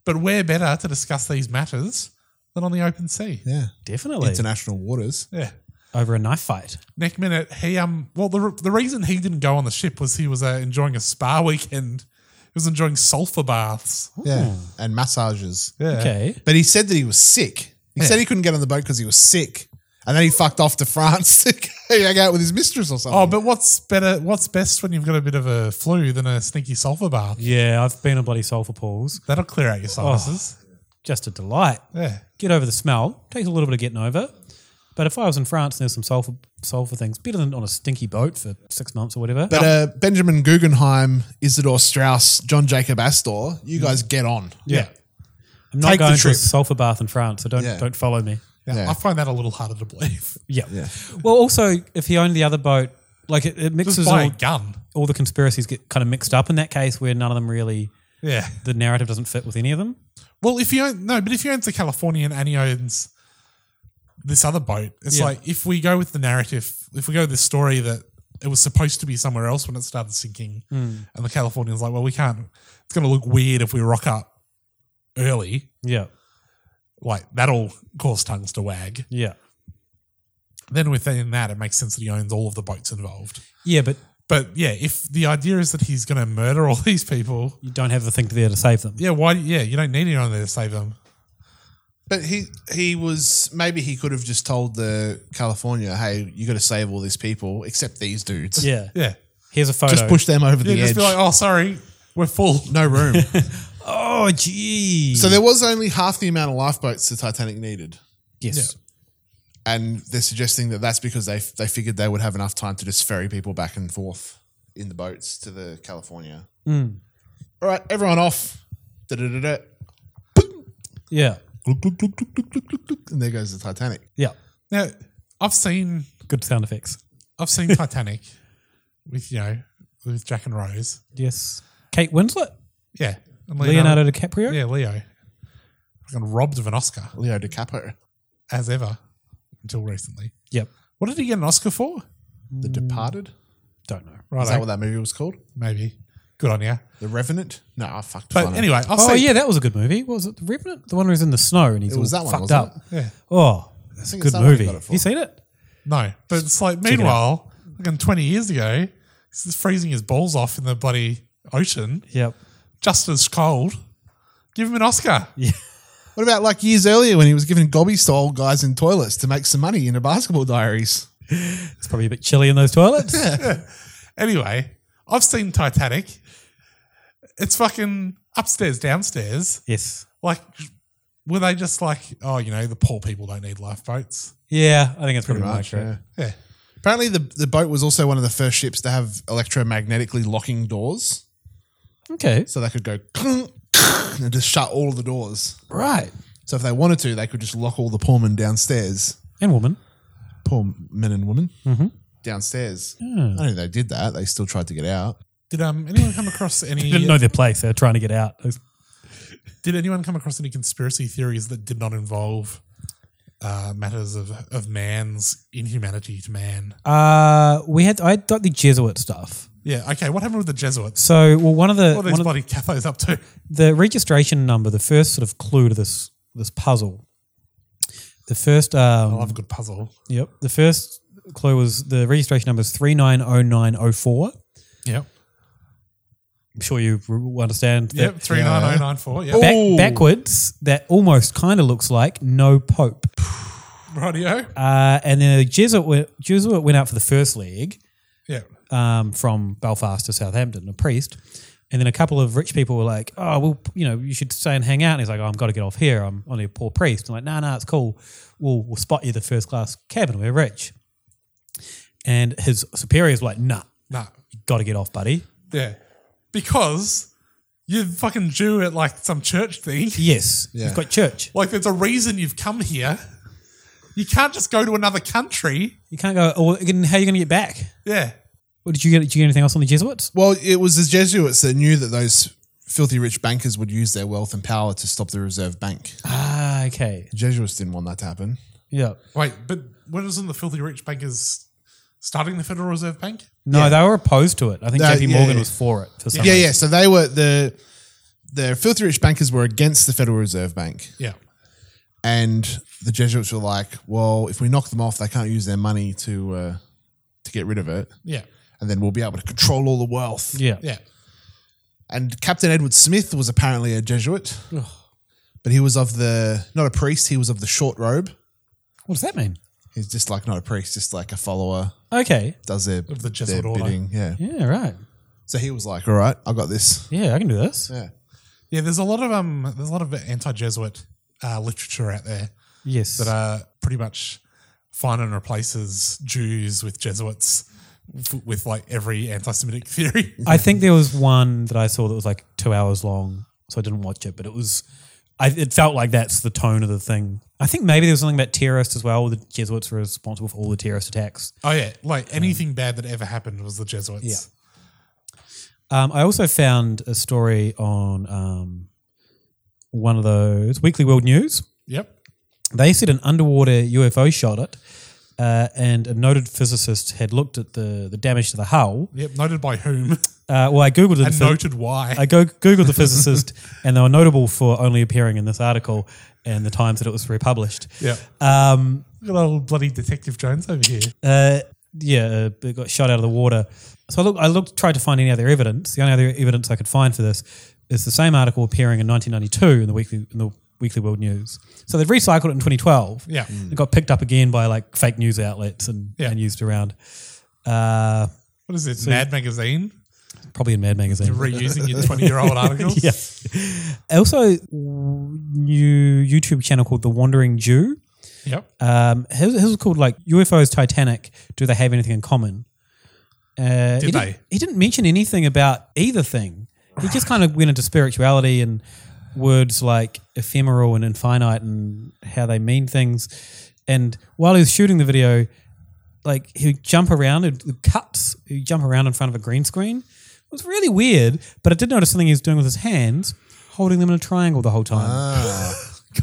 [SPEAKER 5] But where better to discuss these matters than on the open sea?
[SPEAKER 4] Yeah.
[SPEAKER 3] Definitely.
[SPEAKER 4] International waters.
[SPEAKER 5] Yeah.
[SPEAKER 3] Over a knife fight.
[SPEAKER 5] Next minute, he um. Well, the the reason he didn't go on the ship was he was uh, enjoying a spa weekend. He was enjoying sulfur baths.
[SPEAKER 4] Yeah. And massages.
[SPEAKER 5] Yeah.
[SPEAKER 3] Okay.
[SPEAKER 4] But he said that he was sick. He said he couldn't get on the boat because he was sick. And then he fucked off to France to go hang out with his mistress or something.
[SPEAKER 5] Oh, but what's better? What's best when you've got a bit of a flu than a sneaky sulfur bath?
[SPEAKER 3] Yeah, I've been on bloody sulfur pools.
[SPEAKER 5] That'll clear out your sinuses.
[SPEAKER 3] Oh, Just a delight.
[SPEAKER 5] Yeah.
[SPEAKER 3] Get over the smell. Takes a little bit of getting over. But if I was in France and there's some sulfur sulfur things, better than on a stinky boat for six months or whatever.
[SPEAKER 4] But uh, Benjamin Guggenheim, Isidore Strauss, John Jacob Astor,
[SPEAKER 5] Mm.
[SPEAKER 4] you guys get on.
[SPEAKER 3] Yeah. I'm not
[SPEAKER 4] Take the
[SPEAKER 3] going to a
[SPEAKER 4] trip.
[SPEAKER 3] sulfur bath in France, so don't
[SPEAKER 4] Yeah.
[SPEAKER 3] don't follow me.
[SPEAKER 5] Yeah, I find that a little harder to believe.
[SPEAKER 3] Yeah. Well, also, if he owned the other boat, like it, it mixes
[SPEAKER 5] buy a
[SPEAKER 3] all,
[SPEAKER 5] gun.
[SPEAKER 3] all the conspiracies get kind of mixed up in that case where none of them really,
[SPEAKER 5] Yeah.
[SPEAKER 3] the narrative doesn't fit with any of them.
[SPEAKER 5] Well, if you own no, but if you own the Californian and he owns this other boat, it's
[SPEAKER 3] Yeah.
[SPEAKER 5] like if we go with the narrative, if we go with this story that it was supposed to be somewhere else when it started sinking,
[SPEAKER 4] Mm.
[SPEAKER 3] Hmm.
[SPEAKER 5] and the Californian's like, well, we can't. It's going to look weird if we rock up early.
[SPEAKER 3] Yeah.
[SPEAKER 5] Like that'll cause tongues to wag.
[SPEAKER 3] Yeah.
[SPEAKER 5] Then within that, it makes sense that he owns all of the boats involved.
[SPEAKER 3] Yeah, but
[SPEAKER 5] But yeah, if the idea is that he's going to murder all these people,
[SPEAKER 3] you don't have the thing there to save them.
[SPEAKER 5] yeah, why? Yeah, you don't need anyone there to save them.
[SPEAKER 4] But he he was maybe he could have just told the California, hey, you got to save all these people except these dudes.
[SPEAKER 3] Yeah.
[SPEAKER 5] Yeah,
[SPEAKER 3] Here's a photo.
[SPEAKER 4] Just push them over
[SPEAKER 5] yeah,
[SPEAKER 4] the
[SPEAKER 5] just
[SPEAKER 4] edge.
[SPEAKER 5] be like, oh, sorry, we're full.
[SPEAKER 4] no room.
[SPEAKER 3] Oh, gee.
[SPEAKER 4] so there was only half the amount of lifeboats the Titanic needed,
[SPEAKER 3] Yes.
[SPEAKER 4] and they're suggesting that that's because they they figured they would have enough time to just ferry people back and forth in the boats to the California.
[SPEAKER 3] Mm.
[SPEAKER 4] All right, everyone off. Da-da-da-da.
[SPEAKER 3] Yeah.
[SPEAKER 4] Glug, glug, glug, glug, glug, glug, glug, glug. And there goes the Titanic.
[SPEAKER 3] Yeah.
[SPEAKER 5] Now, I've seen
[SPEAKER 3] Good sound effects.
[SPEAKER 5] I've seen Titanic with you know with Jack and Rose.
[SPEAKER 3] Yes. Kate Winslet?
[SPEAKER 5] Yeah, and
[SPEAKER 3] Leonardo, DiCaprio?
[SPEAKER 5] Yeah, Leo. Fucking robbed of an Oscar
[SPEAKER 4] Leo DiCaprio.
[SPEAKER 5] as ever until recently.
[SPEAKER 3] Yep.
[SPEAKER 5] What did he get an Oscar for?
[SPEAKER 4] The Departed.
[SPEAKER 3] Don't know.
[SPEAKER 5] Right,
[SPEAKER 4] Is that what that movie was called?
[SPEAKER 5] maybe. Good on you.
[SPEAKER 4] The Revenant? No, I fucked.
[SPEAKER 5] But
[SPEAKER 4] if I know.
[SPEAKER 5] anyway, I've
[SPEAKER 3] Oh,
[SPEAKER 5] seen
[SPEAKER 3] yeah, that was a good movie. What was it The Revenant? The one where he's in the snow and he's
[SPEAKER 4] It was that
[SPEAKER 3] all
[SPEAKER 4] one,
[SPEAKER 3] fucked
[SPEAKER 4] wasn't
[SPEAKER 3] up.
[SPEAKER 4] it?
[SPEAKER 5] Yeah.
[SPEAKER 3] Oh, that's a
[SPEAKER 4] think
[SPEAKER 3] good
[SPEAKER 4] it's that one
[SPEAKER 3] movie.
[SPEAKER 4] we got it for.
[SPEAKER 3] You seen it?
[SPEAKER 5] No, but it's like
[SPEAKER 3] it
[SPEAKER 5] meanwhile, fucking twenty years ago, he's just freezing his balls off in the bloody ocean,
[SPEAKER 3] Yep.
[SPEAKER 5] just as cold. Give him an Oscar.
[SPEAKER 4] What about like years earlier when he was giving gobbies to old guys in toilets to make some money in the basketball diaries?
[SPEAKER 3] It's probably a bit chilly in those toilets.
[SPEAKER 5] Anyway, I've seen Titanic. It's fucking upstairs, downstairs.
[SPEAKER 3] Yes.
[SPEAKER 5] Like, were they just like, oh, you know, the poor people don't need lifeboats?
[SPEAKER 3] Yeah, I think that's pretty, much, right.
[SPEAKER 5] Yeah.
[SPEAKER 4] Apparently, the, the boat was also one of the first ships to have electromagnetically locking doors,
[SPEAKER 3] Okay.
[SPEAKER 4] so they could go and just shut all the doors.
[SPEAKER 3] Right.
[SPEAKER 4] So if they wanted to, they could just lock all the poor men downstairs.
[SPEAKER 3] And woman. Mm-hmm.
[SPEAKER 4] Poor men and women downstairs. I don't think they did that. They still tried to get out.
[SPEAKER 5] Did um anyone come across any?
[SPEAKER 3] They didn't know their place. They were trying to get out.
[SPEAKER 5] Did anyone come across any conspiracy theories that did not involve uh, matters of, of man's inhumanity to man?
[SPEAKER 3] Uh, we had I got the Jesuit stuff.
[SPEAKER 5] Yeah. Okay. What happened with the Jesuits?
[SPEAKER 3] So, well, one of the
[SPEAKER 5] what are
[SPEAKER 3] one
[SPEAKER 5] these
[SPEAKER 3] of
[SPEAKER 5] bloody Cathos up to?
[SPEAKER 3] the registration number, the first sort of clue to this this puzzle. The first um,
[SPEAKER 5] I love a good puzzle.
[SPEAKER 3] Yep. The first clue was the registration number is three nine oh nine oh four.
[SPEAKER 5] Yep.
[SPEAKER 3] I'm sure you r- will understand.
[SPEAKER 5] Yep,
[SPEAKER 3] that-
[SPEAKER 5] 39094, yep. Ooh.
[SPEAKER 3] Back, backwards, that almost kind of looks like no pope.
[SPEAKER 4] Oh.
[SPEAKER 5] Radio.
[SPEAKER 3] Uh, and then the Jesuit went, Jesuit went out for the first leg.
[SPEAKER 5] Yeah.
[SPEAKER 3] Um, from Belfast to Southampton, a priest. And then a couple of rich people were like, oh, well, you know, you should stay and hang out. And he's like, oh, I've got to get off here. I'm only a poor priest. I'm like, no, no, it's cool. We'll, we'll spot you the first class cabin. We're rich. And his superiors were like, nah,
[SPEAKER 5] Nah.
[SPEAKER 3] you got to get off, buddy.
[SPEAKER 5] Yeah. Because you're fucking Jew at like some church thing.
[SPEAKER 3] Yes.
[SPEAKER 5] Yeah.
[SPEAKER 3] You've got church.
[SPEAKER 5] Like there's a reason you've come here. You can't just go to another country.
[SPEAKER 3] You can't go, oh, again, how are you going to get back?
[SPEAKER 5] Yeah.
[SPEAKER 3] Well, did you get? Did you get anything else on the Jesuits?
[SPEAKER 4] Well, it was the Jesuits that knew that those filthy rich bankers would use their wealth and power to stop the Reserve Bank.
[SPEAKER 3] Ah, okay.
[SPEAKER 4] The Jesuits didn't want that to happen.
[SPEAKER 3] Yeah.
[SPEAKER 5] Wait, but when isn't the filthy rich bankers starting the Federal Reserve Bank?
[SPEAKER 3] No, they were opposed to it. I think
[SPEAKER 4] No,
[SPEAKER 3] JP
[SPEAKER 4] yeah,
[SPEAKER 3] Morgan
[SPEAKER 4] yeah.
[SPEAKER 3] was for it. For some
[SPEAKER 4] yeah, yeah.
[SPEAKER 3] reason.
[SPEAKER 4] So they were the the filthy rich bankers were against the Federal Reserve Bank,
[SPEAKER 5] Yeah.
[SPEAKER 4] and the Jesuits were like, "Well, if we knock them off, they can't use their money to uh, to get rid of it,
[SPEAKER 5] Yeah.
[SPEAKER 4] and then we'll be able to control all the wealth."
[SPEAKER 3] Yeah.
[SPEAKER 5] Yeah.
[SPEAKER 4] And Captain Edward Smith was apparently a Jesuit, but he was of the not a priest. He was of the short robe.
[SPEAKER 3] What does that mean?
[SPEAKER 4] He's just like not a priest, just like a follower.
[SPEAKER 3] Okay.
[SPEAKER 4] Does their,
[SPEAKER 5] Of the
[SPEAKER 4] their
[SPEAKER 5] Jesuit order.
[SPEAKER 4] bidding. Yeah.
[SPEAKER 3] Yeah. Right.
[SPEAKER 4] So he was like, all right, I got this.
[SPEAKER 3] Yeah, I can do this.
[SPEAKER 4] Yeah.
[SPEAKER 5] Yeah, there's a lot of um there's a lot of anti-Jesuit uh, literature out there.
[SPEAKER 3] Yes.
[SPEAKER 5] That uh pretty much find and replaces Jews with Jesuits f- with like every anti-Semitic theory.
[SPEAKER 3] I think there was one that I saw that was like two hours long, so I didn't watch it, but it was, I, it felt like that's the tone of the thing. I think maybe there was something about terrorists as well. The Jesuits were responsible for all the terrorist attacks. Um,
[SPEAKER 5] Oh yeah, like anything bad that ever happened was the Jesuits.
[SPEAKER 3] Yeah. Um, I also found a story on um, one of those Weekly World News.
[SPEAKER 5] Yep.
[SPEAKER 3] They said an underwater UFO shot it, uh, and a noted physicist had looked at the, the damage to the hull.
[SPEAKER 5] Yep. Noted by whom?
[SPEAKER 3] Uh, well, I googled it.
[SPEAKER 5] And
[SPEAKER 3] for-
[SPEAKER 5] noted why.
[SPEAKER 3] I go googled the physicist, and they were notable for only appearing in this article and the times that it was republished.
[SPEAKER 5] Yeah.
[SPEAKER 3] Um,
[SPEAKER 5] Look at old bloody Detective Jones over here.
[SPEAKER 3] uh, yeah, uh, it got shot out of the water. So I looked, I looked, tried to find any other evidence. The only other evidence I could find for this is the same article appearing in 1992 in the weekly in the Weekly World News. So they've recycled it in 2012.
[SPEAKER 5] Yeah.
[SPEAKER 3] it got picked up again by like fake news outlets and,
[SPEAKER 5] Yeah.
[SPEAKER 3] and used around. Uh,
[SPEAKER 5] What is this?
[SPEAKER 3] So-
[SPEAKER 5] Mad magazine?
[SPEAKER 3] probably in Mad Magazine.
[SPEAKER 5] Reusing your 20-year-old articles?
[SPEAKER 3] yeah. Also, w- new YouTube channel called The Wandering Jew.
[SPEAKER 5] Yep.
[SPEAKER 3] Um, his, his was called like UFOs Titanic. Do they have anything in common? Uh, he
[SPEAKER 5] Did
[SPEAKER 3] didn't-
[SPEAKER 5] they?
[SPEAKER 3] he didn't mention anything about either thing. He just kind of went into spirituality and words like ephemeral and infinite and how they mean things. And while he was shooting the video, like he'd jump around, it it cuts, he'd jump around in front of a green screen. It was really weird, but I did notice something he was doing with his hands, holding them in a triangle the whole time.
[SPEAKER 5] Ah,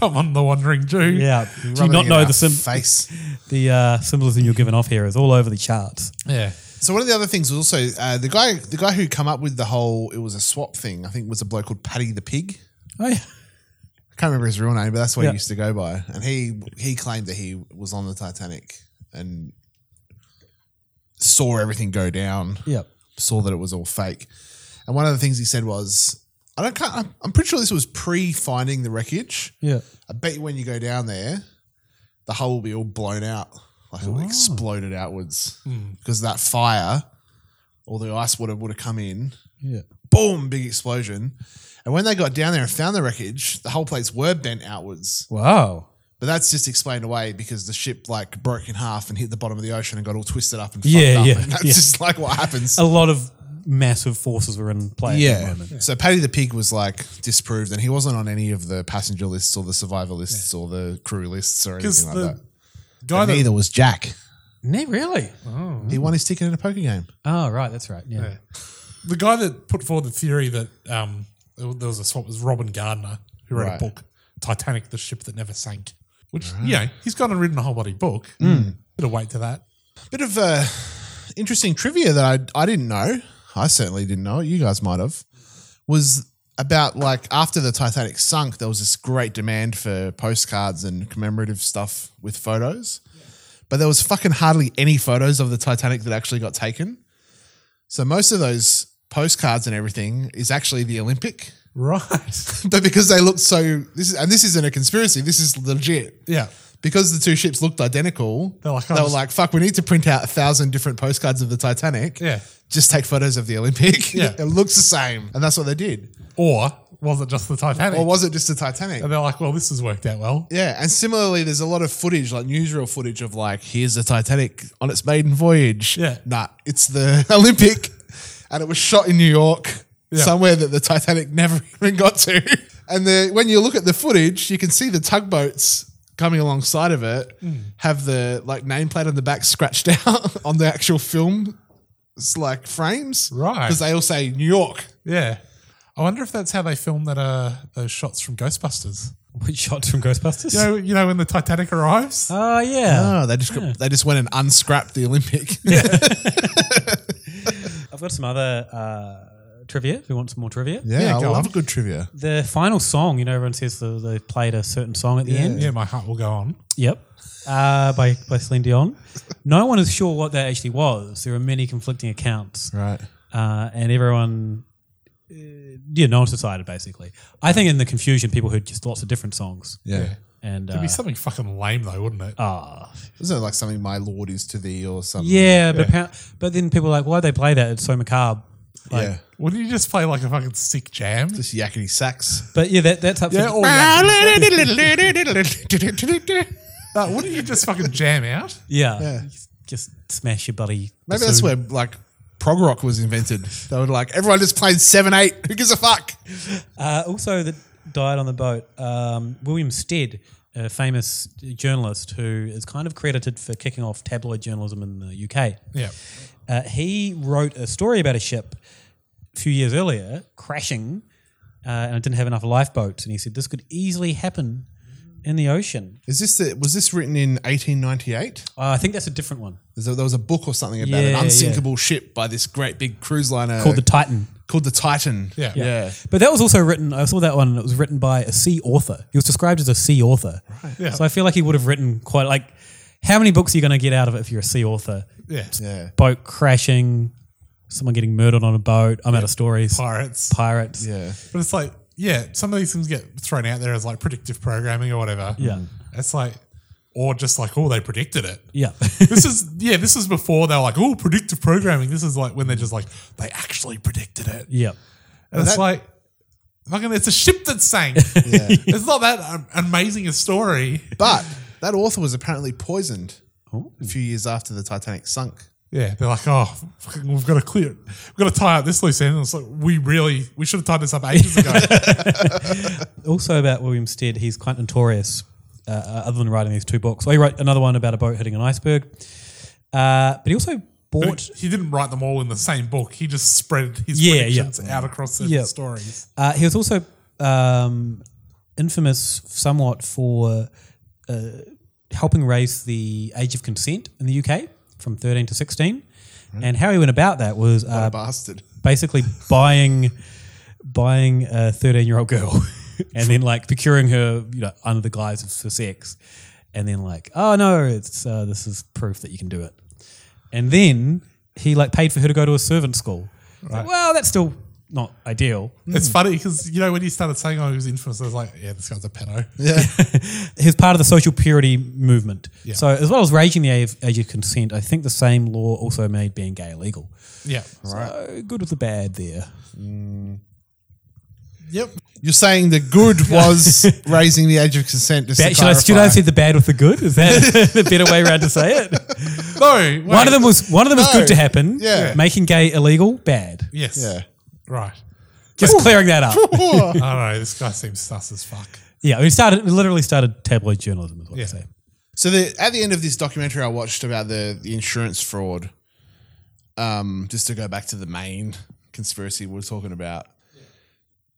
[SPEAKER 5] Come on, the Wandering Jew.
[SPEAKER 3] Yeah. Do you
[SPEAKER 4] rubbing
[SPEAKER 3] not
[SPEAKER 4] it
[SPEAKER 3] know
[SPEAKER 4] in
[SPEAKER 3] the
[SPEAKER 4] our
[SPEAKER 3] sim-
[SPEAKER 4] face.
[SPEAKER 3] The uh, symbolism you're giving off here is all over the charts.
[SPEAKER 5] Yeah.
[SPEAKER 4] So one of the other things was also uh, the guy the guy who come up with the whole it was a swap thing. I think was a bloke called Paddy the Pig.
[SPEAKER 3] Oh yeah.
[SPEAKER 4] I can't remember his real name, but that's what
[SPEAKER 3] Yeah.
[SPEAKER 4] he used to go by. And he he claimed that he was on the Titanic and saw everything go down.
[SPEAKER 3] Yep.
[SPEAKER 4] Saw that it was all fake. And one of the things he said was, I don't can't, I'm- I'm pretty sure this was pre finding the wreckage.
[SPEAKER 3] Yeah.
[SPEAKER 4] I bet you when you go down there, the hull will be all blown out, like
[SPEAKER 3] Oh.
[SPEAKER 4] it will exploded outwards
[SPEAKER 3] Hmm.
[SPEAKER 4] because that fire, all the ice water would have come in.
[SPEAKER 3] Yeah.
[SPEAKER 4] Boom! Big explosion. And when they got down there and found the wreckage, the hull plates were bent outwards.
[SPEAKER 3] Wow.
[SPEAKER 4] But that's just explained away because the ship like broke in half and hit the bottom of the ocean and got all twisted up and fucked
[SPEAKER 3] Yeah,
[SPEAKER 4] up.
[SPEAKER 3] yeah,
[SPEAKER 4] And that's
[SPEAKER 3] yeah.
[SPEAKER 4] just like what happens.
[SPEAKER 3] A lot of massive forces were in play at the
[SPEAKER 4] Yeah.
[SPEAKER 3] moment.
[SPEAKER 4] So Paddy the Pig was like disproved, and he wasn't on any of the passenger lists or the survivor lists or the crew lists or
[SPEAKER 5] 'Cause
[SPEAKER 4] anything
[SPEAKER 5] the
[SPEAKER 4] like that.
[SPEAKER 5] guy
[SPEAKER 4] But
[SPEAKER 5] that-
[SPEAKER 4] neither was Jack.
[SPEAKER 3] No, really? Uh-huh.
[SPEAKER 4] He won his ticket in a poker game.
[SPEAKER 3] Oh, right. That's right. Yeah.
[SPEAKER 5] the guy that put forward the theory that um, there was a swap was Robin Gardner, who wrote
[SPEAKER 4] Right.
[SPEAKER 5] a book, Titanic, the ship that never sank. Which,
[SPEAKER 4] Right.
[SPEAKER 5] you know, he's gone and written a whole body book.
[SPEAKER 3] Hmm.
[SPEAKER 4] Mm.
[SPEAKER 5] Bit of weight to that.
[SPEAKER 4] Bit of uh, interesting trivia that I, I didn't know. I certainly didn't know. it. You guys might have. Was about like after the Titanic sunk, there was this great demand for postcards and commemorative stuff with photos. But there was fucking hardly any photos of the Titanic that actually got taken. So most of those postcards and everything is actually the Olympic.
[SPEAKER 5] Right.
[SPEAKER 4] but because they looked so this is and this isn't a conspiracy, this is legit.
[SPEAKER 5] Yeah.
[SPEAKER 4] Because the two ships looked identical,
[SPEAKER 5] They're like,
[SPEAKER 4] they
[SPEAKER 5] "Oh,
[SPEAKER 4] were
[SPEAKER 5] this-
[SPEAKER 4] like, fuck, we need to print out a thousand different postcards of the Titanic.
[SPEAKER 5] Yeah.
[SPEAKER 4] Just take photos of the Olympic.
[SPEAKER 5] Yeah.
[SPEAKER 4] it looks the same. And that's what they did.
[SPEAKER 5] Or was it just the Titanic?
[SPEAKER 4] Or was it just the Titanic?
[SPEAKER 5] And they're like, well, this has worked out well.
[SPEAKER 4] Yeah, and similarly, there's a lot of footage, like newsreel footage of like, here's the Titanic on its maiden voyage. Yeah. Nah, it's the Olympic, and it was shot in New York,
[SPEAKER 5] Yeah.
[SPEAKER 4] somewhere that the Titanic never even got to. And the, when you look at the footage, you can see the tugboats coming alongside of it
[SPEAKER 5] Hmm.
[SPEAKER 4] have the like nameplate on the back scratched out on the actual film, it's like frames,
[SPEAKER 5] Right.
[SPEAKER 4] Because they all say New York.
[SPEAKER 5] Yeah. I wonder if that's how they filmed that uh, those shots from Ghostbusters.
[SPEAKER 3] Which shots from Ghostbusters?
[SPEAKER 5] You know, you know when the Titanic arrives?
[SPEAKER 3] Oh, yeah.
[SPEAKER 4] No, they just got- they just went and unscrapped the Olympic.
[SPEAKER 3] I've got some other uh, trivia. If you want some more trivia,
[SPEAKER 4] Yeah, I love good trivia.
[SPEAKER 3] The final song, you know, everyone says the, they played a certain song at the
[SPEAKER 5] yeah.
[SPEAKER 3] end.
[SPEAKER 5] Yeah, my heart will go on.
[SPEAKER 3] Yep. Uh, by, by Celine Dion. No one is sure what that actually was. There are many conflicting accounts.
[SPEAKER 4] Right.
[SPEAKER 3] Uh, and everyone, uh, yeah, no one's decided basically. I think in the confusion, people heard just lots of different songs.
[SPEAKER 4] Yeah.
[SPEAKER 3] And
[SPEAKER 5] It'd
[SPEAKER 3] uh,
[SPEAKER 5] be something fucking lame though, wouldn't it?
[SPEAKER 3] Ah.
[SPEAKER 4] Isn't it like something my lord is to thee or something?
[SPEAKER 3] yeah, but appar- but then people are like, why they play that? It's so macabre. Like,
[SPEAKER 4] yeah.
[SPEAKER 5] Wouldn't you just play like a fucking sick jam?
[SPEAKER 4] Just yakety sax.
[SPEAKER 3] But yeah, that, that's up
[SPEAKER 5] Yeah,
[SPEAKER 3] for
[SPEAKER 5] or No, wouldn't you just fucking jam out?
[SPEAKER 3] yeah. Just smash your buddy.
[SPEAKER 4] Maybe that's where like prog rock was invented. They were like, everyone just played seven eight. Who gives a fuck?
[SPEAKER 3] Uh, also, that died on the boat, um, William Stead, a famous journalist who is kind of credited for kicking off tabloid journalism in the UK.
[SPEAKER 5] Yeah.
[SPEAKER 3] Uh, he wrote a story about a ship a few years earlier crashing uh, and it didn't have enough lifeboats. And he said this could easily happen in the ocean.
[SPEAKER 4] Is this the, was this written in 1898?
[SPEAKER 3] Uh, I think that's a different one.
[SPEAKER 4] Is there, there was a book or something about
[SPEAKER 3] Yeah,
[SPEAKER 4] an unsinkable ship by this great big cruise liner
[SPEAKER 3] Called the Titan.
[SPEAKER 4] Called the Titan. yeah.
[SPEAKER 3] But that was also written, I saw that one, and it was written by a sea author. He was described as a sea author.
[SPEAKER 4] Right. Yeah.
[SPEAKER 3] So I feel like he would have written quite like, how many books are you going to get out of it if you're a sea author?
[SPEAKER 5] Yeah.
[SPEAKER 4] Yeah.
[SPEAKER 3] Boat crashing, someone getting murdered on a boat. I'm out of stories.
[SPEAKER 5] Pirates.
[SPEAKER 3] Pirates.
[SPEAKER 4] Yeah.
[SPEAKER 5] But it's like, yeah, some of these things get thrown out there as like predictive programming or whatever.
[SPEAKER 3] Yeah.
[SPEAKER 5] It's like, or just like, oh, they predicted it.
[SPEAKER 3] Yeah.
[SPEAKER 5] this is, yeah, this is before they were like, oh, predictive programming. This is like when they're just like, they actually predicted it.
[SPEAKER 3] Yeah.
[SPEAKER 5] And it's like, fucking, it's a ship that sank. It's not that um, amazing a story.
[SPEAKER 4] But that author was apparently poisoned a few years after the Titanic sunk.
[SPEAKER 5] Yeah, they're like, oh, fucking, we've got to clear, we've got to tie up this loose end. And it's like, we really, we should have tied this up ages ago.
[SPEAKER 3] also about William Stead, he's quite notorious. Uh, uh, other than writing these two books, oh, he wrote another one about a boat hitting an iceberg. Uh, but he also bought.
[SPEAKER 5] But he didn't write them all in the same book. He just spread his
[SPEAKER 3] Yeah,
[SPEAKER 5] predictions
[SPEAKER 3] yeah.
[SPEAKER 5] out across the
[SPEAKER 3] Yeah.
[SPEAKER 5] stories.
[SPEAKER 3] Uh, he was also um, infamous somewhat for uh, helping raise the age of consent in the UK from 13 to 16. And how he went about that was uh,
[SPEAKER 4] bastard.
[SPEAKER 3] basically buying buying a 13 year old girl and then like procuring her you know under the guise of for sex and then like oh no it's uh, this is proof that you can do it and then he like paid for her to go to a servant school It's like,
[SPEAKER 5] Right.
[SPEAKER 3] well that's still not ideal
[SPEAKER 5] It's funny because you know when you started saying oh he was infamous, I was like, yeah, this guy's a pedo.
[SPEAKER 3] He's part of the social purity movement.
[SPEAKER 5] Yeah.
[SPEAKER 3] So, as well as raising the age, age of consent, I think the same law also made being gay illegal.
[SPEAKER 5] Yeah.
[SPEAKER 3] So, good with the bad there.
[SPEAKER 5] Yep.
[SPEAKER 4] You're saying the good was raising the age of consent. Just
[SPEAKER 3] Bad-
[SPEAKER 4] to
[SPEAKER 3] should, I, should I
[SPEAKER 4] clarify.
[SPEAKER 3] have said the bad with the good? Is that the better way around to say it?
[SPEAKER 5] No, wait.
[SPEAKER 3] One of them was one of them was
[SPEAKER 5] No.
[SPEAKER 3] good to happen.
[SPEAKER 5] Yeah.
[SPEAKER 3] Making gay illegal, bad.
[SPEAKER 5] Yes. Right.
[SPEAKER 3] Just clearing that up.
[SPEAKER 5] I don't know. This guy seems sus as fuck.
[SPEAKER 3] yeah, we started we literally started tabloid journalism is what I say.
[SPEAKER 4] So the at the end of this documentary I watched about the the insurance fraud, um, just to go back to the main conspiracy we we're talking about.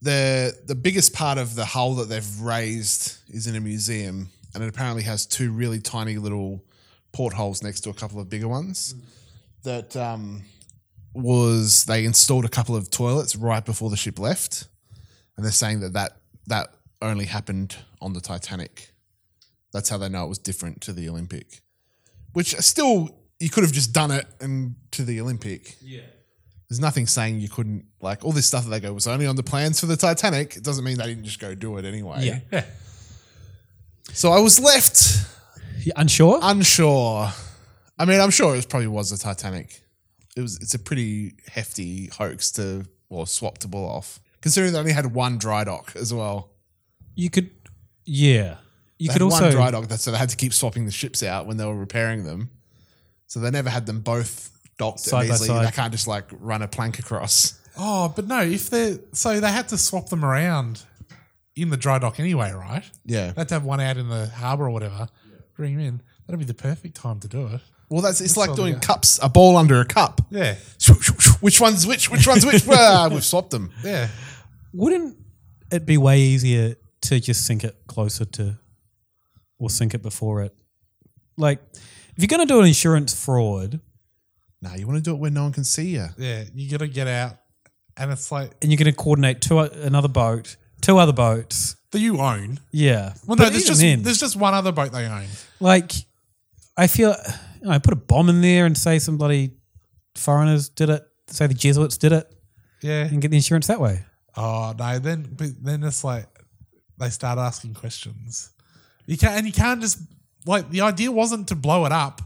[SPEAKER 4] The the biggest part of the hull that they've raised is in a museum, and it apparently has two really tiny little portholes next to a couple of bigger ones. That um, was they installed a couple of toilets right before the ship left, and they're saying that that that only happened on the Titanic. That's how they know it was different to the Olympic, which are still you could have just done it and to the Olympic.
[SPEAKER 3] Yeah.
[SPEAKER 4] There's nothing saying you couldn't like all this stuff that they go was only on the plans for the Titanic. It doesn't mean they didn't just go do it anyway.
[SPEAKER 3] Yeah.
[SPEAKER 4] so I was left
[SPEAKER 3] unsure.
[SPEAKER 4] Unsure. I mean, I'm sure it probably was the Titanic. It was. It's a pretty hefty hoax to or swap to pull off, considering they only had one dry dock as well.
[SPEAKER 3] You could, yeah. You
[SPEAKER 4] They had
[SPEAKER 3] could also
[SPEAKER 4] one dry dock, that- so they had to keep swapping the ships out when they were repairing them. So they never had them both docked
[SPEAKER 3] Side by
[SPEAKER 4] and easily.
[SPEAKER 3] side.
[SPEAKER 4] They can't just like run a plank across.
[SPEAKER 5] Oh, but no, if they're so they had to swap them around in the dry dock anyway, right?
[SPEAKER 4] Yeah.
[SPEAKER 5] They had to have one out in the harbour or whatever. Bring him in. That'd be the perfect time to do it.
[SPEAKER 4] Well, that's it's
[SPEAKER 5] That's
[SPEAKER 4] like
[SPEAKER 5] all
[SPEAKER 4] doing
[SPEAKER 5] they got.
[SPEAKER 4] cups, a ball under a cup.
[SPEAKER 5] Yeah.
[SPEAKER 4] Which one's which? Which one's which? Ah, we've swapped them.
[SPEAKER 5] Yeah.
[SPEAKER 3] Wouldn't it'd be way easier to just sink it closer to or sink it before it. Like if you're gonna do an insurance fraud
[SPEAKER 4] No, you want to do it where no one can see you.
[SPEAKER 5] Yeah. You gotta get out. And it's like
[SPEAKER 3] and you're gonna coordinate two o- another boat, two other boats.
[SPEAKER 5] that you own.
[SPEAKER 3] Yeah.
[SPEAKER 5] Well
[SPEAKER 3] But
[SPEAKER 5] no, there's
[SPEAKER 3] even
[SPEAKER 5] just
[SPEAKER 3] then-
[SPEAKER 5] there's just one other boat they own.
[SPEAKER 3] Like, I feel you know, I put a bomb in there and say some bloody foreigners did it. Say the Jesuits did it.
[SPEAKER 5] Yeah.
[SPEAKER 3] and get the insurance that way.
[SPEAKER 5] Oh no, then but then it's like they start asking questions. You can't and you can't just like the idea wasn't to blow it up.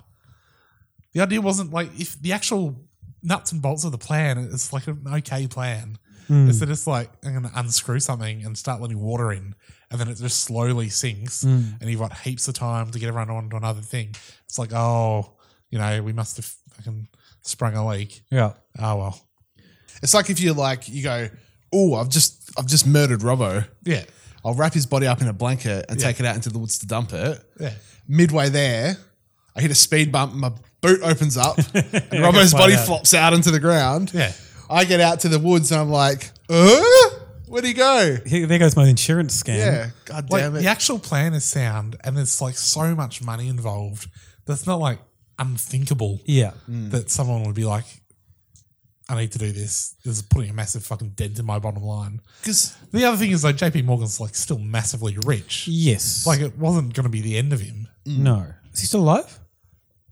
[SPEAKER 5] The idea wasn't like if the actual nuts and bolts of the plan it's like an okay plan.
[SPEAKER 3] Hmm.
[SPEAKER 5] It's that it's like I'm gonna unscrew something and start letting water in and then it just slowly sinks
[SPEAKER 3] Hmm.
[SPEAKER 5] and you've got heaps of time to get everyone on to another thing. It's like, oh, you know, we must have fucking sprung a leak.
[SPEAKER 3] Yeah.
[SPEAKER 5] Oh well.
[SPEAKER 4] It's like if you like you go, oh, I've just I've just murdered Robbo.
[SPEAKER 5] Yeah.
[SPEAKER 4] I'll wrap his body up in a blanket and
[SPEAKER 5] Yeah.
[SPEAKER 4] take it out into the woods to dump it.
[SPEAKER 5] Yeah.
[SPEAKER 4] Midway there, I hit a speed bump. My boot opens up, and Robbo's
[SPEAKER 5] Fly
[SPEAKER 4] body
[SPEAKER 5] out.
[SPEAKER 4] flops out into the ground.
[SPEAKER 5] Yeah.
[SPEAKER 4] I get out to the woods and I'm like, uh, where'd he go?
[SPEAKER 3] Here, there goes my insurance scam.
[SPEAKER 4] Yeah. God
[SPEAKER 5] Like,
[SPEAKER 4] damn it.
[SPEAKER 5] The actual plan is sound, and there's like so much money involved that's not like unthinkable.
[SPEAKER 3] Yeah.
[SPEAKER 5] That someone would be like, I need to do this. This is putting a massive fucking dent in my bottom line.
[SPEAKER 4] Because
[SPEAKER 5] the other thing is though, JP Morgan's like still massively rich.
[SPEAKER 3] Yes.
[SPEAKER 5] Like it wasn't going to be the end of him. Uh,
[SPEAKER 3] No. Is he still alive?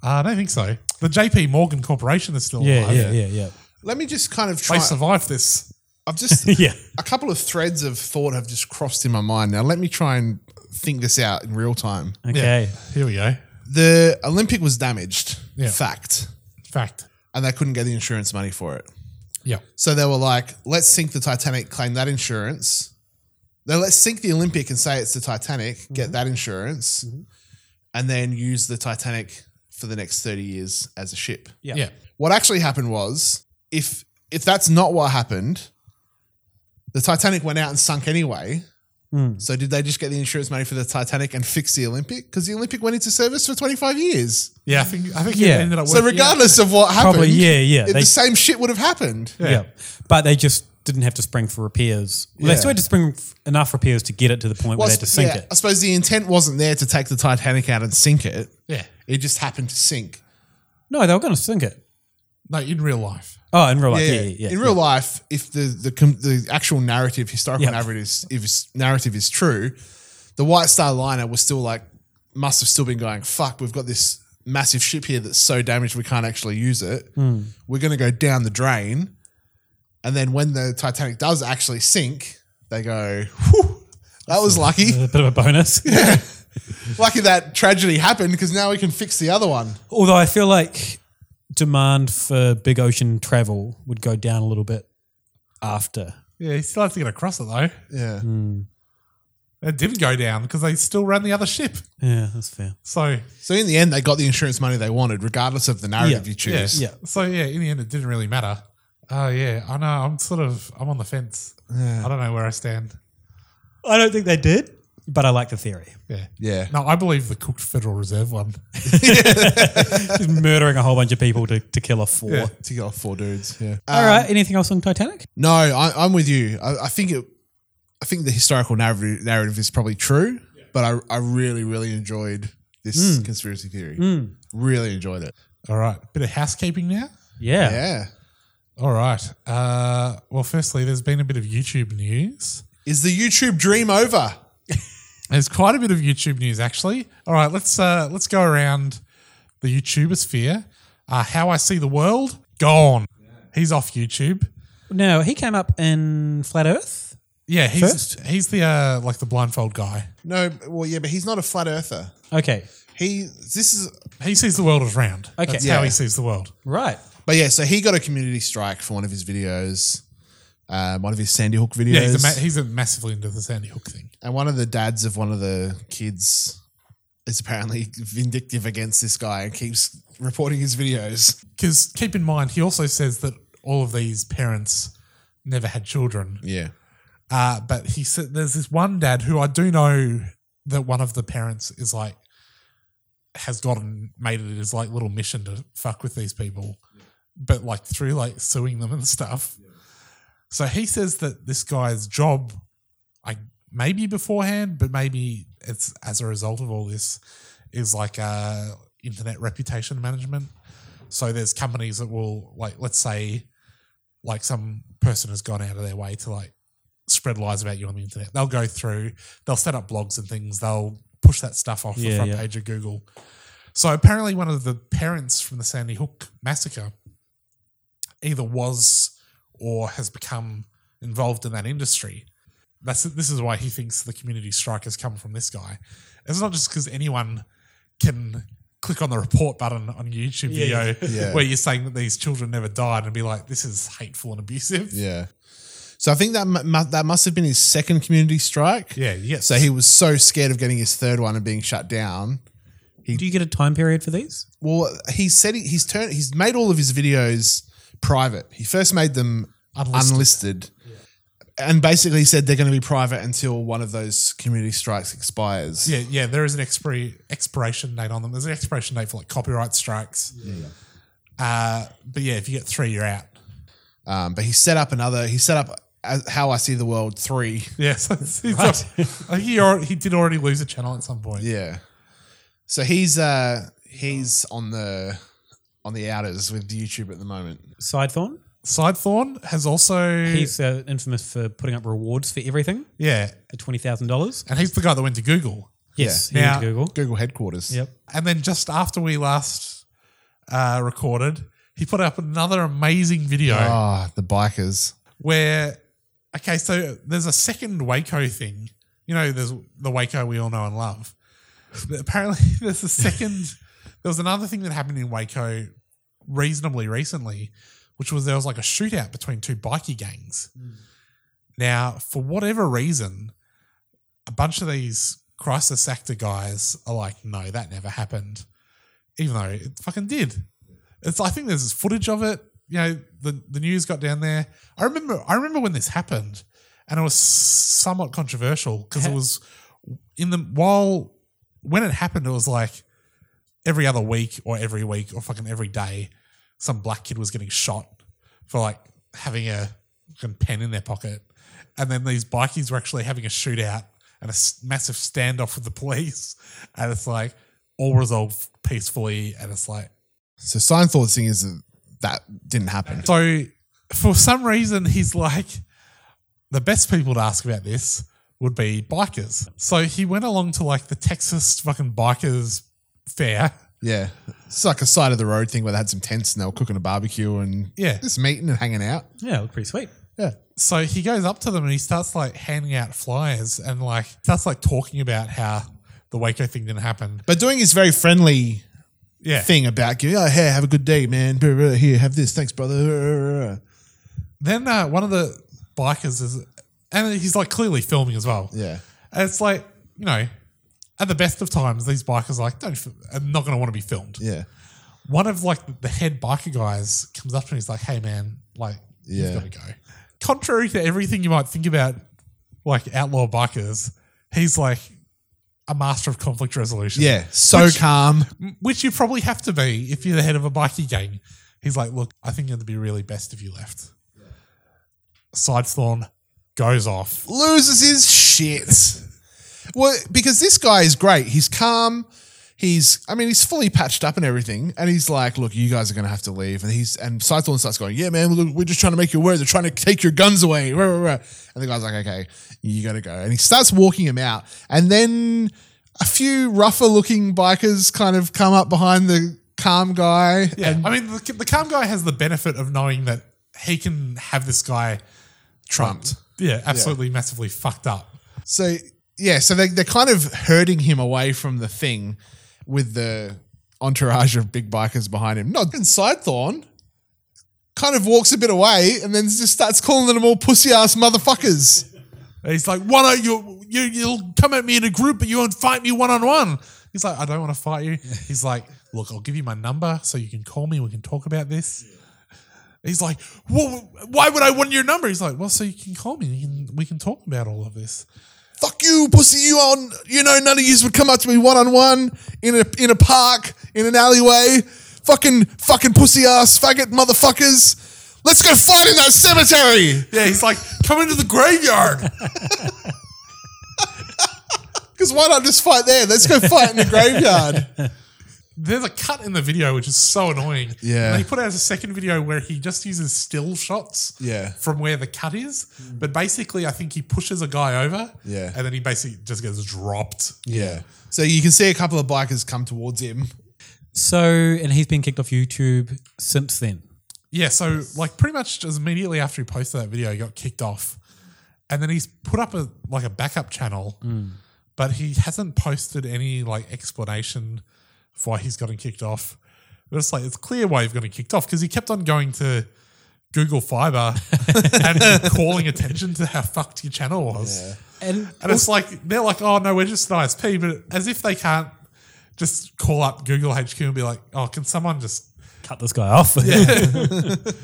[SPEAKER 5] I don't think so. The JP Morgan Corporation is still
[SPEAKER 3] Yeah,
[SPEAKER 5] alive.
[SPEAKER 3] yeah, yeah, yeah.
[SPEAKER 4] Let me just kind of
[SPEAKER 5] They
[SPEAKER 4] try.
[SPEAKER 5] survived this.
[SPEAKER 4] I've just
[SPEAKER 3] yeah.
[SPEAKER 4] A couple of threads of thought have just crossed in my mind. Now let me try and think this out in real time.
[SPEAKER 3] Okay.
[SPEAKER 5] Here we go.
[SPEAKER 4] The Olympic was damaged.
[SPEAKER 5] Yeah.
[SPEAKER 4] Fact.
[SPEAKER 5] Fact.
[SPEAKER 4] And they couldn't get the insurance money for it.
[SPEAKER 5] Yeah.
[SPEAKER 4] So they were like, let's sink the Titanic, claim that insurance. Then let's sink the Olympic and say it's the Titanic, get that insurance, and then use the Titanic for the next 30 years as a ship.
[SPEAKER 3] Yeah.
[SPEAKER 5] Yeah.
[SPEAKER 4] What actually happened was if if that's not what happened, the Titanic went out and sunk anyway.
[SPEAKER 3] Mm.
[SPEAKER 4] So did they just get the insurance money for the Titanic and fix the Olympic? Because the Olympic went into service for 25 years.
[SPEAKER 5] Yeah, I think I think
[SPEAKER 3] Yeah.
[SPEAKER 5] it ended up.
[SPEAKER 4] So
[SPEAKER 5] working out.
[SPEAKER 4] regardless of what happened,
[SPEAKER 3] Probably, yeah, yeah.
[SPEAKER 4] it-
[SPEAKER 3] They-
[SPEAKER 4] the same shit would have happened.
[SPEAKER 3] Yeah. But they just didn't have to spring for repairs. Well, They
[SPEAKER 4] Yeah.
[SPEAKER 3] still had to spring f- enough repairs to get it to the point
[SPEAKER 4] Well,
[SPEAKER 3] where they
[SPEAKER 4] I
[SPEAKER 3] had to
[SPEAKER 4] sp-
[SPEAKER 3] sink
[SPEAKER 4] yeah,
[SPEAKER 3] it.
[SPEAKER 4] I suppose the intent wasn't there to take the Titanic out and sink it.
[SPEAKER 5] Yeah.
[SPEAKER 4] It just happened to sink.
[SPEAKER 3] No, they were going to sink it.
[SPEAKER 5] No, in real life.
[SPEAKER 3] Oh, in real life. Yeah, yeah, yeah.
[SPEAKER 4] In real life, if the the, com- the actual narrative, historical
[SPEAKER 3] Yeah.
[SPEAKER 4] narrative, is, if it's- narrative is true, the White Star Liner was still like must have still been going. Fuck, we've got this massive ship here that's so damaged we can't actually use it.
[SPEAKER 3] Hmm.
[SPEAKER 4] We're going to go down the drain, and then when the Titanic does actually sink, they go. Whew, that was lucky.
[SPEAKER 3] A bit of a bonus.
[SPEAKER 4] Lucky that tragedy happened because now we can fix the other one.
[SPEAKER 3] Although I feel like demand for big ocean travel would go down a little bit after.
[SPEAKER 5] Yeah, he still has to get across it though.
[SPEAKER 4] Yeah.
[SPEAKER 3] Hmm.
[SPEAKER 5] It didn't go down because they still ran the other ship.
[SPEAKER 3] Yeah, that's fair.
[SPEAKER 5] So
[SPEAKER 4] So in the end, they got the insurance money they wanted, regardless of the narrative
[SPEAKER 3] Yeah.
[SPEAKER 4] you choose.
[SPEAKER 3] Yeah.
[SPEAKER 5] So yeah, in the end, it didn't really matter. Oh yeah, I know. I'm sort of I'm on the fence. I don't know where I stand.
[SPEAKER 3] I don't think they did.
[SPEAKER 5] But I like the theory.
[SPEAKER 3] Yeah.
[SPEAKER 4] Yeah.
[SPEAKER 3] No, Oh, I believe the cooked Federal Reserve one.
[SPEAKER 5] Just murdering a whole bunch of people to, to kill off four.
[SPEAKER 4] Yeah, to kill off four dudes. Yeah. Uh,
[SPEAKER 3] Um,
[SPEAKER 5] All right. Anything else on Titanic?
[SPEAKER 4] No, I, I'm with you. I, I think it. I think the historical narrative narrative is probably true, but I, I really really enjoyed this
[SPEAKER 3] Mm.
[SPEAKER 4] conspiracy theory.
[SPEAKER 3] Mm.
[SPEAKER 4] Really enjoyed it.
[SPEAKER 3] All right. Bit of housekeeping now.
[SPEAKER 5] Yeah.
[SPEAKER 4] Yeah.
[SPEAKER 3] All right. Uh, well, firstly, there's been a bit of YouTube news.
[SPEAKER 4] Is the YouTube dream over?
[SPEAKER 3] there's quite a bit of YouTube news, actually. All right, let's uh, let's go around the YouTuber sphere. Uh, How I see the world gone. He's off YouTube.
[SPEAKER 5] No, he came up in Flat Earth.
[SPEAKER 3] Yeah, he's
[SPEAKER 5] First?
[SPEAKER 3] he's the uh, like the blindfold guy.
[SPEAKER 4] No, well, yeah, but he's not a flat earther.
[SPEAKER 5] Okay.
[SPEAKER 4] He this is
[SPEAKER 3] he sees the world as round.
[SPEAKER 4] Okay.
[SPEAKER 3] That's
[SPEAKER 4] Yeah.
[SPEAKER 3] how he sees the world.
[SPEAKER 5] Right.
[SPEAKER 4] But yeah, so he got a community strike for one of his videos, um, one of his Sandy Hook videos.
[SPEAKER 3] Yeah, he's, a ma- he's a massively into the Sandy Hook thing.
[SPEAKER 4] and one of the dads of one of the kids is apparently vindictive against this guy and keeps reporting his videos.
[SPEAKER 3] Because keep in mind, he also says that all of these parents never had children.
[SPEAKER 4] Yeah.
[SPEAKER 3] Uh, but he said there's this one dad who I do know that one of the parents is like has gotten made it his like little mission to fuck with these people, but like through like suing them and stuff. So he says that this guy's job, I maybe beforehand, but maybe it's as a result of all this, is like uh, internet reputation management. So there's companies that will like, let's say, like some person has gone out of their way to like spread lies about you on the internet. They'll go through, they'll set up blogs and things, they'll push that stuff off the
[SPEAKER 5] Yeah,
[SPEAKER 3] front
[SPEAKER 5] yeah.
[SPEAKER 3] page of Google. So apparently, one of the parents from the Sandy Hook massacre either was or has become involved in that industry. That's this is why he thinks the community strike has come from this guy. It's not just because anyone can click on the report button on a YouTube
[SPEAKER 4] Yeah.
[SPEAKER 3] video
[SPEAKER 4] Yeah.
[SPEAKER 3] where you're saying that these children never died and be like, this is hateful and abusive.
[SPEAKER 4] Yeah. So I think that mu- mu- that must have been his second community strike.
[SPEAKER 3] Yeah, yes.
[SPEAKER 4] So he was so scared of getting his third one and being shut down.
[SPEAKER 5] Do you get a time period for these?
[SPEAKER 4] Well, he said he, he's turned he's made all of his videos private. He first made them
[SPEAKER 3] Unlisted.
[SPEAKER 4] unlisted. And basically said they're going to be private until one of those community strikes expires.
[SPEAKER 3] Yeah, yeah, there is an expiry, expiration date on them. There's an expiration date for like copyright strikes. Uh, but yeah, if you get three, you're out.
[SPEAKER 4] Um, but he set up another. He set up uh, how I see the world three.
[SPEAKER 3] Yes, he's up- I think uh, he, already, he did already lose a channel at some point.
[SPEAKER 4] Yeah. So he's uh he's on the on the outers with YouTube at the moment.
[SPEAKER 5] Sidethorn.
[SPEAKER 3] Sidethorn has also
[SPEAKER 5] He's uh, infamous for putting up rewards for everything.
[SPEAKER 3] Yeah.
[SPEAKER 5] For $20,000.
[SPEAKER 3] and he's the guy that went to Google.
[SPEAKER 5] Yes,
[SPEAKER 3] Yeah.
[SPEAKER 5] he
[SPEAKER 3] Now-
[SPEAKER 5] went to Google.
[SPEAKER 4] Google headquarters.
[SPEAKER 5] Yep.
[SPEAKER 3] And then just after we last uh, recorded, he put up another amazing video
[SPEAKER 5] Oh,
[SPEAKER 4] Ah, the bikers.
[SPEAKER 3] where, okay, so there's a second Waco thing. You know, there's the Waco we all know and love. But apparently, there's a second, there was another thing that happened in Waco reasonably recently, which was there was like a shootout between two bikie gangs. Now, for whatever reason, a bunch of these crisis actor guys are like, no, that never happened, even though it fucking did. It's I think there's footage of it. You know, the the news got down there. I remember I remember when this happened, and it was somewhat controversial because it was in the while when it happened, it was like every other week or every week or fucking every day, some black kid was getting shot for like having a fucking pen in their pocket. And then these bikies were actually having a shootout and a s- massive standoff with the police. And it's like all resolved peacefully. And it's like,
[SPEAKER 4] So Seinfeld's thing is that that didn't happen.
[SPEAKER 3] so for some reason, he's like, the best people to ask about this would be bikers. So he went along to like the Texas fucking bikers fair.
[SPEAKER 4] Yeah. It's like a side of the road thing where they had some tents and they were cooking a barbecue and
[SPEAKER 3] Yeah.
[SPEAKER 4] just meeting and hanging out.
[SPEAKER 5] Yeah, it looked pretty sweet.
[SPEAKER 4] Yeah.
[SPEAKER 3] So he goes up to them and he starts like handing out flyers and like starts like talking about how the Waco thing didn't happen.
[SPEAKER 4] But doing his very friendly
[SPEAKER 3] Yeah.
[SPEAKER 4] thing about giving, oh, hey, have a good day, man. Blah, blah, Here, have this. Thanks, brother.
[SPEAKER 3] Then uh, one of the bikers is, and he's like clearly filming as well.
[SPEAKER 4] Yeah.
[SPEAKER 3] And it's like, you know, at the best of times, these bikers are like, don't, f- I'm not going to want to be filmed.
[SPEAKER 4] Yeah.
[SPEAKER 3] One of like the head biker guys comes up to me and he's like, hey man, like,
[SPEAKER 4] Yeah.
[SPEAKER 3] you've got to go. Contrary to everything you might think about, like outlaw bikers, he's like, a master of conflict resolution.
[SPEAKER 4] Yeah, so calm.
[SPEAKER 3] Which you probably have to be if you're the head of a bikie gang. He's like, look, I think it'd be really best if you left. Sidethorn goes off.
[SPEAKER 4] loses his shit. Well, because this guy is great. He's calm. He's, I mean, he's fully patched up and everything. And he's like, look, you guys are going to have to leave. And he's, and Scythorn starts going, yeah, man, look, we're just trying to make you aware. They're trying to take your guns away. Rah, rah, rah. And the guy's like, okay, you got to go. And he starts walking him out. And then a few rougher looking bikers kind of come up behind the calm guy.
[SPEAKER 3] Yeah, I mean, the, the calm guy has the benefit of knowing that he can have this guy trumped. Yeah, absolutely massively fucked up.
[SPEAKER 4] So yeah, so they, they're kind of herding him away from the thing with the entourage of big bikers behind him. Not and Sidethorn kind of walks a bit away and then just starts calling them all pussy ass motherfuckers.
[SPEAKER 3] He's like, "What are you? You you'll come at me in a group, but you won't fight me one on one." He's like, "I don't want to fight you." He's like, "Look, I'll give you my number so you can call me. We can talk about this." He's like, well, why would I want your number? He's like, well, so you can call me. You can, we can talk about all of this.
[SPEAKER 4] Fuck you, pussy! You on? You know, none of yous would come up to me one on one in a in a park in an alleyway. Fucking fucking pussy ass faggot motherfuckers. Let's go fight in that cemetery.
[SPEAKER 3] Yeah, he's like, come into the graveyard.
[SPEAKER 4] Because why not just fight there? Let's go fight in the graveyard.
[SPEAKER 3] There's a cut in the video which is so annoying.
[SPEAKER 4] Yeah.
[SPEAKER 3] And he put out a second video where he just uses still shots
[SPEAKER 4] Yeah.
[SPEAKER 3] from where the cut is. But basically, I think he pushes a guy over.
[SPEAKER 4] Yeah.
[SPEAKER 3] And then he basically just gets dropped.
[SPEAKER 4] Yeah. So you can see a couple of bikers come towards him.
[SPEAKER 5] So, and he's been kicked off YouTube since then.
[SPEAKER 3] Yeah, so like pretty much just immediately after he posted that video, he got kicked off, and then he's put up a like a backup channel,
[SPEAKER 5] Mm.
[SPEAKER 3] but he hasn't posted any like explanation for why he's gotten kicked off. But it's like it's clear why he's gotten kicked off because he kept on going to Google Fiber and calling attention to how fucked your channel was.
[SPEAKER 5] And,
[SPEAKER 3] And it's like they're like, oh no, we're just an ISP, but as if they can't just call up Google HQ and be like, oh, can someone just
[SPEAKER 5] cut this guy off?
[SPEAKER 3] Yeah.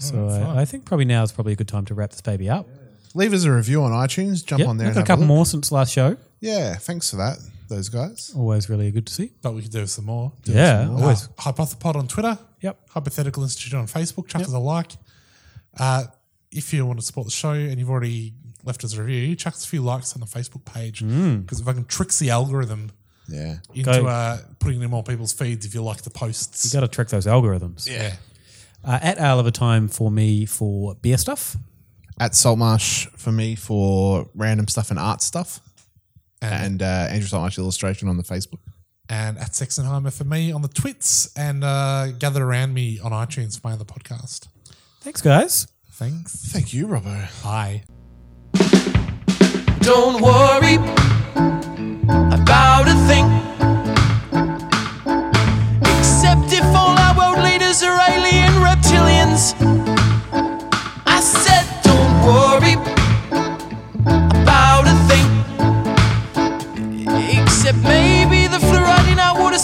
[SPEAKER 3] Oh,
[SPEAKER 5] so I, I think probably now is probably a good time to wrap this baby up.
[SPEAKER 4] Leave us a review on iTunes. Jump
[SPEAKER 5] Yep,
[SPEAKER 4] on there.
[SPEAKER 5] we've
[SPEAKER 4] And
[SPEAKER 5] got
[SPEAKER 4] have
[SPEAKER 5] a couple
[SPEAKER 4] look.
[SPEAKER 5] more since last show.
[SPEAKER 4] Yeah, thanks for that, those guys.
[SPEAKER 5] Always really good to see.
[SPEAKER 3] But we could do some more.
[SPEAKER 5] Do Yeah, some more. always.
[SPEAKER 3] Uh, Hypothepod on Twitter.
[SPEAKER 5] Yep.
[SPEAKER 3] Hypothetical Institute on Facebook. Chuck us a like. Uh, if you want to support the show and you've already left us a review, chuck us a few likes on the Facebook page because if I can trick the algorithm
[SPEAKER 4] Yeah.
[SPEAKER 3] into
[SPEAKER 5] Mm. Go.
[SPEAKER 3] uh, putting it in more people's feeds if you like the posts.
[SPEAKER 5] You got to trick those algorithms.
[SPEAKER 3] Yeah.
[SPEAKER 5] Uh, at Owl of a Time for me for beer stuff.
[SPEAKER 4] At Saltmarsh for me for random stuff and art stuff. And, uh, Andrew Saltmarsh illustration on the Facebook.
[SPEAKER 3] And at Sexenheimer for me on the twits and uh, gather around me on iTunes for my other podcast.
[SPEAKER 5] Thanks, guys.
[SPEAKER 3] Thanks.
[SPEAKER 4] Thank you, Robbo.
[SPEAKER 3] Bye.
[SPEAKER 6] Don't worry about a thing. Except if all our world leaders are alien reptilians. I said, don't worry about a thing. Except maybe the fluoride in our water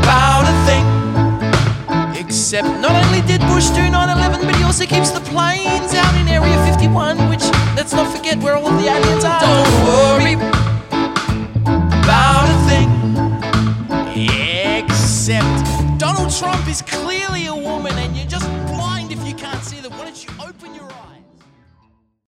[SPEAKER 6] about a thing. Except not only did Bush do 9-11, but he also keeps the planes out in Area 51, which let's not forget where all of the aliens are. Don't worry about a thing. Except Donald Trump is clearly